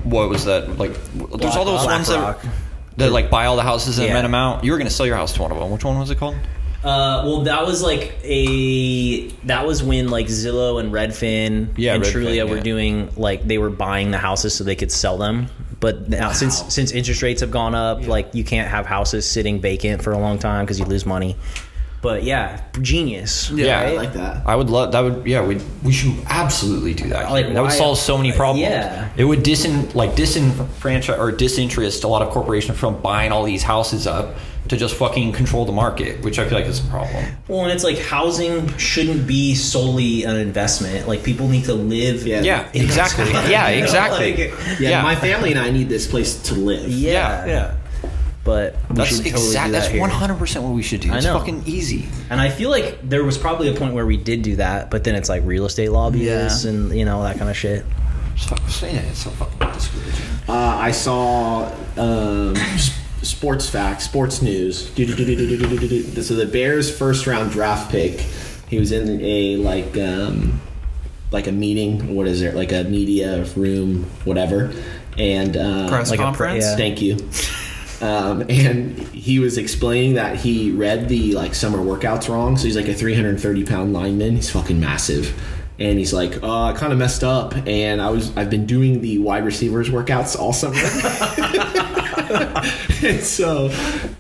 What was that? Like, there's all those ones BlackRock. that that like buy all the houses and Yeah. rent them out. You were gonna sell your house to one of them. Which one was it called? Uh, well, that was like a that was when like Zillow and Redfin Yeah, and Redfin, Trulia were yeah. doing like they were buying the houses so they could sell them. But now since since interest rates have gone up, like you can't have houses sitting vacant for a long time because you lose money. But yeah, genius. Yeah, I like that. I would love that. Would yeah, we we should absolutely do that. Like, here. that would why- solve so many problems. Yeah. it would disin like disenfranchise or disinterest a lot of corporations from buying all these houses up to just fucking control the market, which I feel like is a problem. Well, and it's like housing shouldn't be solely an investment. Like people need to live. Yeah. Yeah, exactly. yeah, You know, exactly. like- Yeah, Yeah. my family and I need this place to live. yeah. yeah. But we that's should totally exact. do that that's here. one hundred percent what we should do. I It's know. fucking easy. And I feel like there was probably a point where we did do that, but then it's like real estate lobbyists Yeah. and you know that kind of shit. So, saying it, it's so fucking discouraging. Uh, I saw um, s- sports facts, sports news. Do, do, do, do, do, do, do, do, do. So the Bears' first round draft pick, he was in a like um, like a meeting. What is it? Like a media room, whatever. And uh, press Like a pr- conference. yeah. Thank you. Um, and he was explaining that he read the like summer workouts wrong. So he's like a 330 pound lineman. He's fucking massive. And he's like, uh, I kind of messed up, and I was I've been doing the wide receivers workouts all summer. and so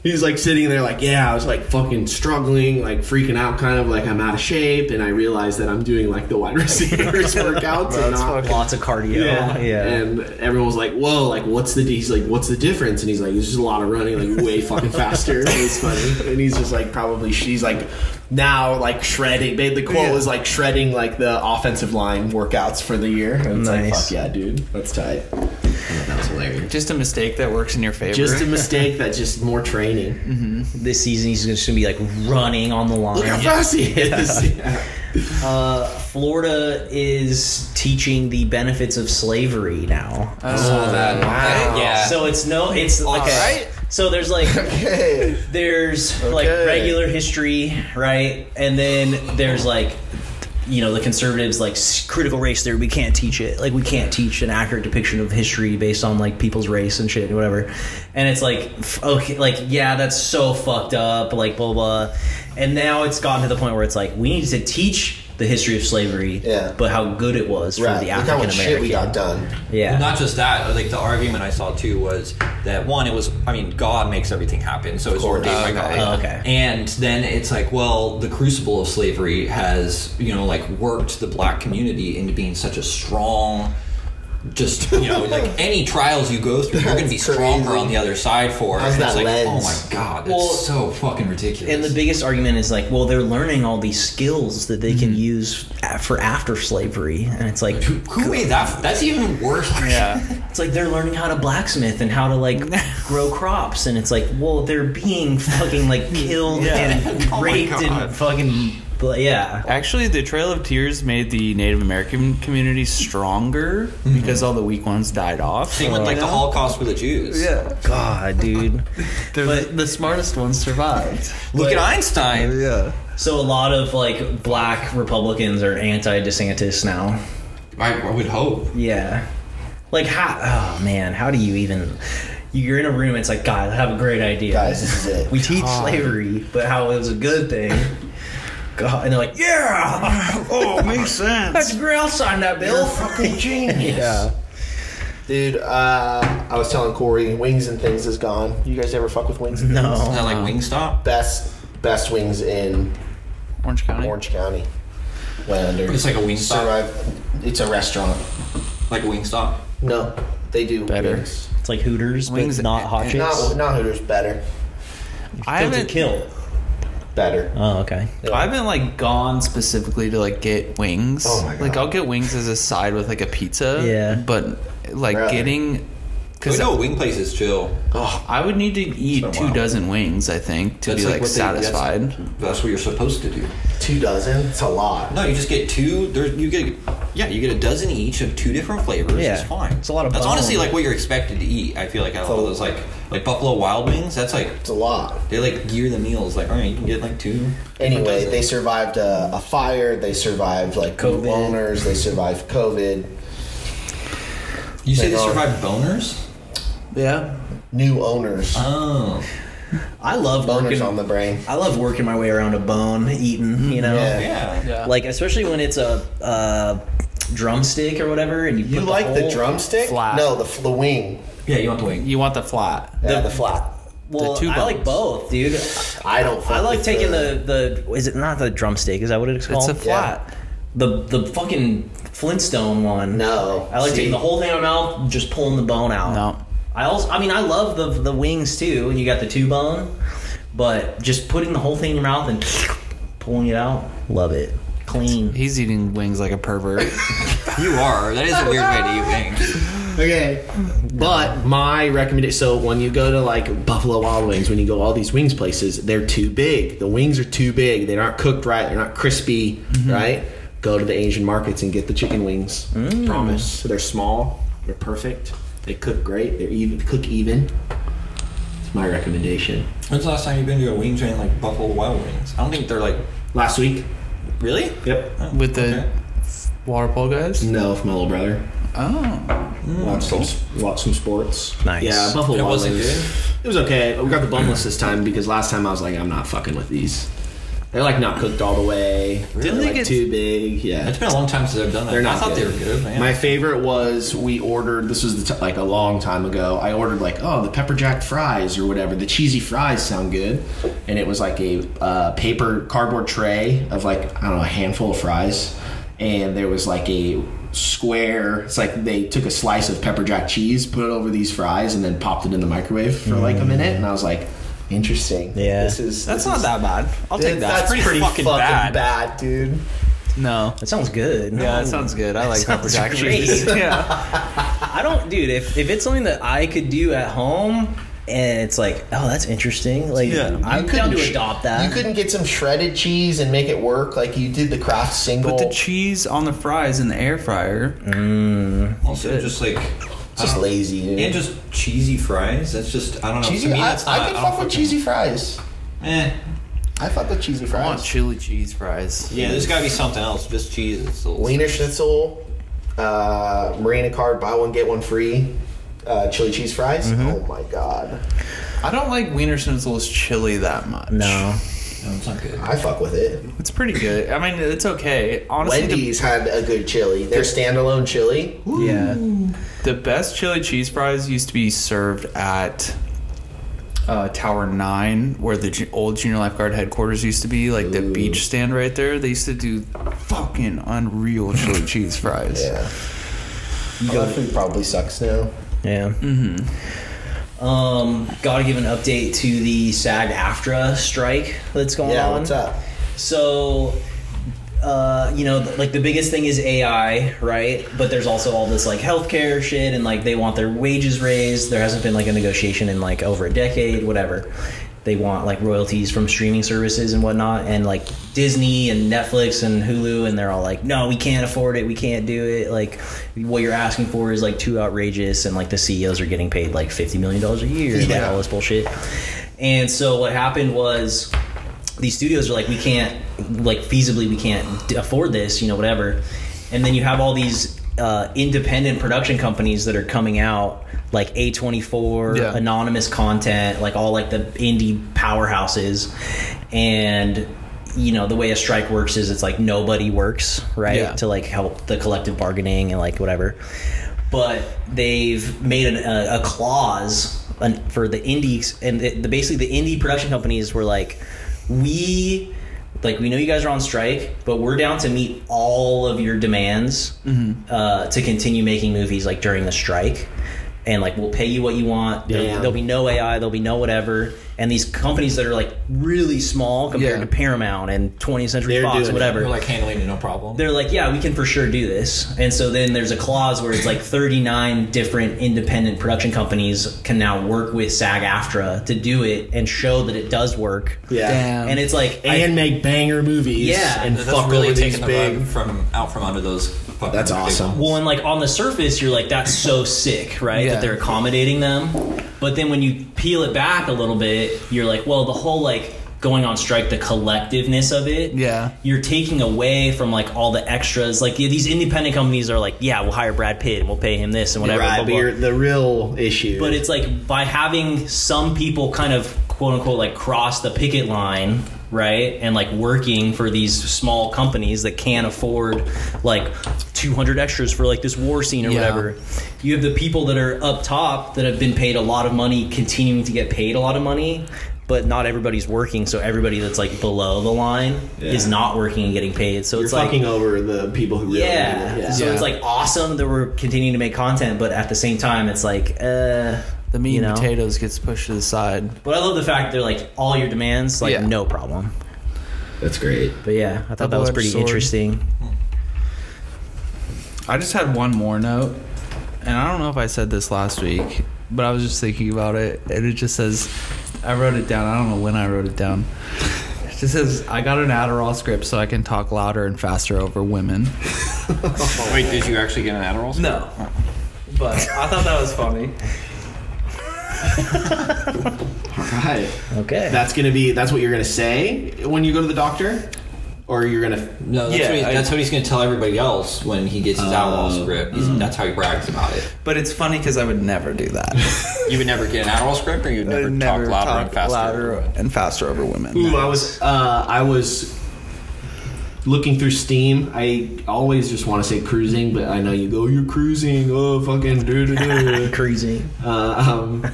he's like sitting there, like, yeah, I was like fucking struggling, like freaking out, kind of like I'm out of shape, and I realized that I'm doing like the wide receivers workouts and not Lots of cardio. Yeah. and everyone was like, "Whoa! Like, what's the?" He's like, "What's the difference?" And he's like, "It's just a lot of running, like way fucking faster." It's funny, and he's just like, probably she's like now like shredding. Babe, the quote was like shredding like the offensive line workouts for the year. And it's like, Nice. fuck yeah, dude, that's tight. I thought That was hilarious. Just a mistake that works in your favor. Just a mistake that just more training. This season he's just gonna be like running on the Look how line. fast he is. Uh, Florida is teaching the benefits of slavery now. I saw that. Yeah. So it's no, it's like right. so there's like Okay. there's like Okay. regular history, right? And then there's like you know the conservatives like s- critical race theory. We can't teach it. Like we can't teach an accurate depiction of history based on like people's race and shit and whatever. And it's like f- okay, like yeah, that's so fucked up. Like blah blah. And now it's gotten to the point where it's like we need to teach the history of slavery, Yeah. but how good it was for the Look how African much shit we American. got done. Yeah, Well, not just that. Like the argument I saw too was that one, it was I mean, God makes everything happen, so it's course. ordained by Okay. God. Oh, okay. And then it's like, well, the crucible of slavery has you know like worked the black community into being such a strong. Just you know, like any trials you go through, you're going to be That's crazy. stronger on the other side for. it. How's And it's that like, lens? oh my god, that's Well, so fucking ridiculous. And the biggest argument is like, well, they're learning all these skills that they can use a- for after slavery, and it's like, who, who made that? That's even worse. yeah. it's like they're learning how to blacksmith and how to like grow crops, and it's like, well, they're being fucking like killed and Oh my raped God. and fucking But yeah, Actually, the Trail of Tears made the Native American community stronger because all the weak ones died off. Same with like the Holocaust with the Jews. Yeah. God, dude. They're But- the, the smartest ones survived. Look But- at Einstein. yeah. So a lot of like black Republicans are anti DeSantis now. I, I would hope. Yeah. Like how? Oh man, how do you even? You're in a room. It's like, God, I have a great idea. Guys, this is it. we teach slavery, but how it was a good thing. God, and they're like, yeah, Oh, makes sense. that's great. I'll sign that bill. Yeah. Dude, uh, I was telling Corey, Wings and Things is gone. You guys ever fuck with Wings? And Things? Isn't Uh-huh. that like Wingstop? Best, best wings in Orange County. Orange County. Went under. It's like a Wingstop. Survive. It's a restaurant. Like a Wingstop. No, they do Better. wings. It's like Hooters, Wings but not and- hot and- chicks. Not, not Hooters, better. I Guilty haven't. kill. Better. Oh, okay. I haven't like gone specifically to like get wings. Oh my God. Like I'll get wings as a side with like a pizza. Yeah. But like Really? getting, We because know a wing place is chill. I would need to eat been a two while. dozen wings, I think, to That's be like like, what they- that's- satisfied. That's what you're supposed to do. Two dozen. It's a lot. No, you just get two. There, you get yeah, you get a dozen each of two different flavors. Yeah. it's fine. It's a lot of That's bone. honestly like what you're expected to eat. I feel like out of all those like like Buffalo Wild Wings. That's like It's a lot. they like gear the meals. Like all right, you can get like two. Anyway, they survived a, a fire. They survived like COVID. loners. They survived COVID. You say They they are. survived boners? Yeah. New owners. Oh, I love Boners working. on the brain. I love working my way around a bone, eating. You know, Yeah. yeah. Yeah. like especially when it's a uh, drumstick or whatever, and you, You put like the whole- drumstick? flat. No, the, f- the wing. Yeah, you want the wing. You want the flat. Yeah, The- the, flat. Well, the two I like bones. both, dude. I don't. fuck I like with taking the, the is it not the drumstick? Is that what it's It's called? a flat. the the fucking Flintstone one. No. I like See, taking the whole thing out of my mouth, just pulling the bone out. No. I also, I mean, I love the the wings too, and you got the two bone, but just putting the whole thing in your mouth and pulling it out, love it. Clean. He's eating wings like a pervert. You are. That is a weird way to eat wings. Okay. But my recommendation so when you go to like Buffalo Wild Wings, when you go all these wings places, they're too big. The wings are too big. They aren't cooked right. They're not crispy, Mm-hmm. right? Go to the Asian markets and get the chicken wings. Mm. Promise. They're small. They're perfect. They cook great. They're even cook even. It's my recommendation. When's the last time you've been to a wing train like Buffalo Wild Wings? I don't think they're like Last week. really. Yep. Oh, With the okay. water polo guys? No, from my little brother. Oh. Watch some watch some sports. Nice. Yeah, Buffalo Mm. It Wild wasn't Wings. good? It was okay. but We got the bun list this time because last time I was like, I'm not fucking with these. They're like not cooked all the way. They're they like get- too big. Yeah. It's been a long time since I've done that. They're not I thought good. they were good. Man. My favorite was we ordered. This was the t- like a long time ago. I ordered like oh the pepper jack fries or whatever. The cheesy fries sound good, and it was like a uh, paper cardboard tray of like I don't know a handful of fries, and there was like a square. It's like they took a slice of pepper jack cheese, put it over these fries, and then popped it in the microwave for like a minute, and I was like. Interesting. Yeah. this is Mm. That's not that bad. I'll take that. That's pretty, fucking, bad. dude. No. That sounds good. Yeah, that sounds good. I like pepper sounds jack great. cheese. yeah. I don't, dude. If if it's something that I could do at home, and it's like, oh, that's interesting. Like, I'm down to sh- adopt that. You couldn't get some shredded cheese and make it work like you did the craft single. Put the cheese on the fries in the air fryer. also just like It's just lazy, dude. and just cheesy fries. That's just I don't know. cheesy. to me, I, that's I not- can don't fuck with fucking- cheesy fries. Eh, I fuck with cheesy I want fries. chili cheese fries. yeah, there's got to be something else. Just cheese. It's a little- Wiener schnitzel, uh, Marina card, buy one get one free. Uh, chili cheese fries. Mm-hmm. Oh my god, I don't like Wiener Schnitzel's chili that much. no, No, it's not good. I fuck with it. It's pretty good. I mean, it's okay. Honestly, the, Wendy's had a good chili. Their standalone chili. yeah. The best chili cheese fries used to be served at uh, Tower 9, where the ju- old Junior Lifeguard headquarters used to be, like the beach stand right there. They used to do fucking unreal chili cheese fries. Yeah. You food probably sucks now. yeah. Mm-hmm. Um, gotta give an update to the SAG-AFTRA strike that's going Yeah, on. what's up? So, uh, you know, th- like the biggest thing is AI, right? But there's also all this like healthcare shit, and like they want their wages raised. There hasn't been like a negotiation in like over a decade, whatever. They- they want like royalties from streaming services and whatnot, and like Disney and Netflix and Hulu, and they're all like, no, we can't afford it, we can't do it. Like, what you're asking for is like too outrageous, and like the CEOs are getting paid like fifty million dollars a year, and, like Yeah. all this bullshit. And so what happened was these studios are like, we can't, like, feasibly, we can't d- afford this, you know, whatever. And then you have all these uh, independent production companies that are coming out, like A24, Yeah. anonymous content, like all like the indie powerhouses. And, you know, the way a strike works is it's like nobody works, right? Yeah. To like help the collective bargaining and like whatever. But they've made an, a, a clause an, for the indies, and the, the, basically the indie production companies were like, we. Like we know you guys are on strike, but we're down to meet all of your demands Mm-hmm. uh, to continue making movies like during the strike, and like we'll pay you what you want. There, Damn. there'll be no AI, there'll be no whatever. And these companies that are like really small compared Yeah. to Paramount and 20th Century They're Fox, doing it. whatever, We're like handling it, no problem. they're like, yeah, we can for sure do this. And so then there's a clause where it's like 39 different independent production companies can now work with SAG AFTRA to do it and show that it does work. Yeah. Damn. And it's like, I- and make banger movies. Yeah. and That's fuck really over these taking the big. rug from out from under those. fucking That's big awesome. ones. well, and like on the surface, you're like, that's so sick, right? Yeah. That they're accommodating them. But then when you peel it back a little bit, you're like, well, the whole like going on strike, the collectiveness of it. Yeah. you're taking away from like all the extras. Like yeah, these independent companies are like, yeah, we'll hire Brad Pitt and we'll pay him this and whatever. Right, blah, but blah. you're- the real issue. But it's like by having some people kind of quote unquote like cross the picket line, right? And like working for these small companies that can't afford like 200 extras for like this war scene or Yeah. whatever. You have the people that are up top that have been paid a lot of money, continuing to get paid a lot of money. But not everybody's working, so everybody that's like below the line is Yeah. not working and getting paid. So you're it's like fucking over the people who really yeah. need it. So Yeah. it's like awesome that we're continuing to make content, but at the same time, it's like, uh, The meat you and know. potatoes gets pushed to the side. But I love the fact they're like all your demands, like Yeah. no problem. That's great. But yeah, I thought that was Double-edged pretty sword. interesting. I just had one more note, and I don't know if I said this last week, but I was just thinking about it, and it just says, I wrote it down. I don't know when I wrote it down. It just says, I got an Adderall script so I can talk louder and faster over women. Wait, did you actually get an Adderall? No. But I thought that was funny. All right. Okay. That's gonna be. That's what you're gonna say when you go to the doctor, or you're gonna. No, that's, Yeah, what, he, I- that's what he's going to tell everybody else when he gets his Adderall script. He's, That's how he brags about it. But it's funny because I would never do that. You would never get an Adderall script, or you would I never, would talk louder and faster. louder and faster over women. Ooh, I was. Uh, I was looking through Steam. I always just want to say cruising, but I know you go. You're cruising. Oh, fucking. doo-doo-doo." crazy. Uh, um,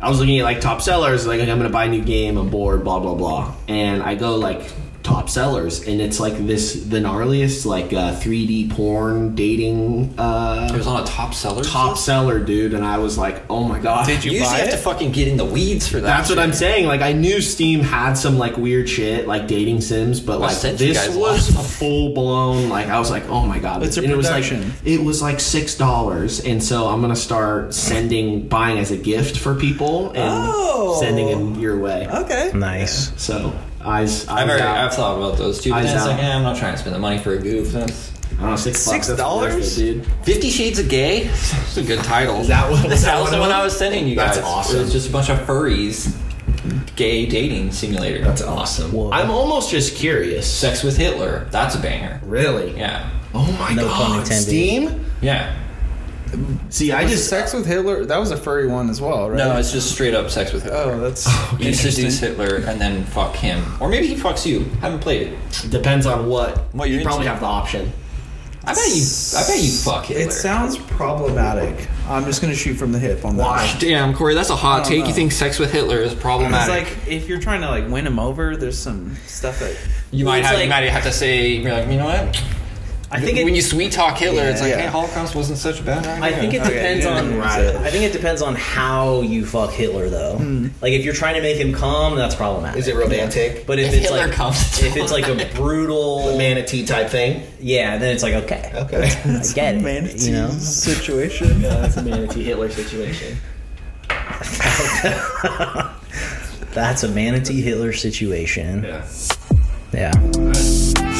I was looking at like top sellers, like I'm gonna buy a new game, I'm bored, blah blah blah, and I go like top sellers, and it's like this the gnarliest like uh, 3D porn dating It was uh, on a top seller. top seller, dude, and I was like, oh my god, Did you usually have to fucking get in the weeds for that. That's what I'm saying. Like I knew Steam had some like weird shit, like dating sims, but Well, like since you this guys was lost. a full blown. Like I was like, oh my god, It's a it was like production. it was like six dollars, and so I'm gonna start sending buying as a gift for people and Oh. sending them your way. Okay. Nice. So eyes, I've, eyes already, out. I've thought about those too. Eyes But then it's out. like, eh, I'm not trying to spend the money for a goof. That's I don't know, six bucks, Six that's worth dollars? it, dude. Fifty Shades of Gay. That's a good title. Is that what- That is that was one the of one them? I was sending you guys. That's awesome. It was just a bunch of furries, gay dating simulator. That's awesome. I'm almost just curious. Sex with Hitler. That's a banger. Really? Yeah. Oh my No pun god, intended. Steam. Yeah. See, I just Sex with Hitler, that was a furry one as well, right? No, it's just straight up sex with Hitler. Oh, that's You seduce Hitler and then fuck him, or maybe he fucks you. Haven't played it. depends on what. What you you're probably into. have the option. I bet you. I bet you fuck Hitler. It sounds problematic. I'm just gonna shoot from the hip on that. Gosh damn, Corey, that's a hot I don't take. You know. think sex with Hitler is It's problematic? like if you're trying to like win him over, there's some stuff that you might It's have. you like- might have to say, you're like, you know what? I think when it, you sweet talk Hitler, it's like, Yeah. hey, Holocaust wasn't such a bad idea. I think it Okay, depends yeah. on. Right. I think it depends on how you fuck Hitler, though. Like if you're trying to make him calm, that's problematic. Is it romantic? But if, If it's Hitler like comes, it's if it's like a brutal Manatee type thing? yeah, then it's like okay, Okay. I get it. manatee You know, situation. That's a manatee Hitler situation. That's a manatee Hitler situation. Yeah. yeah.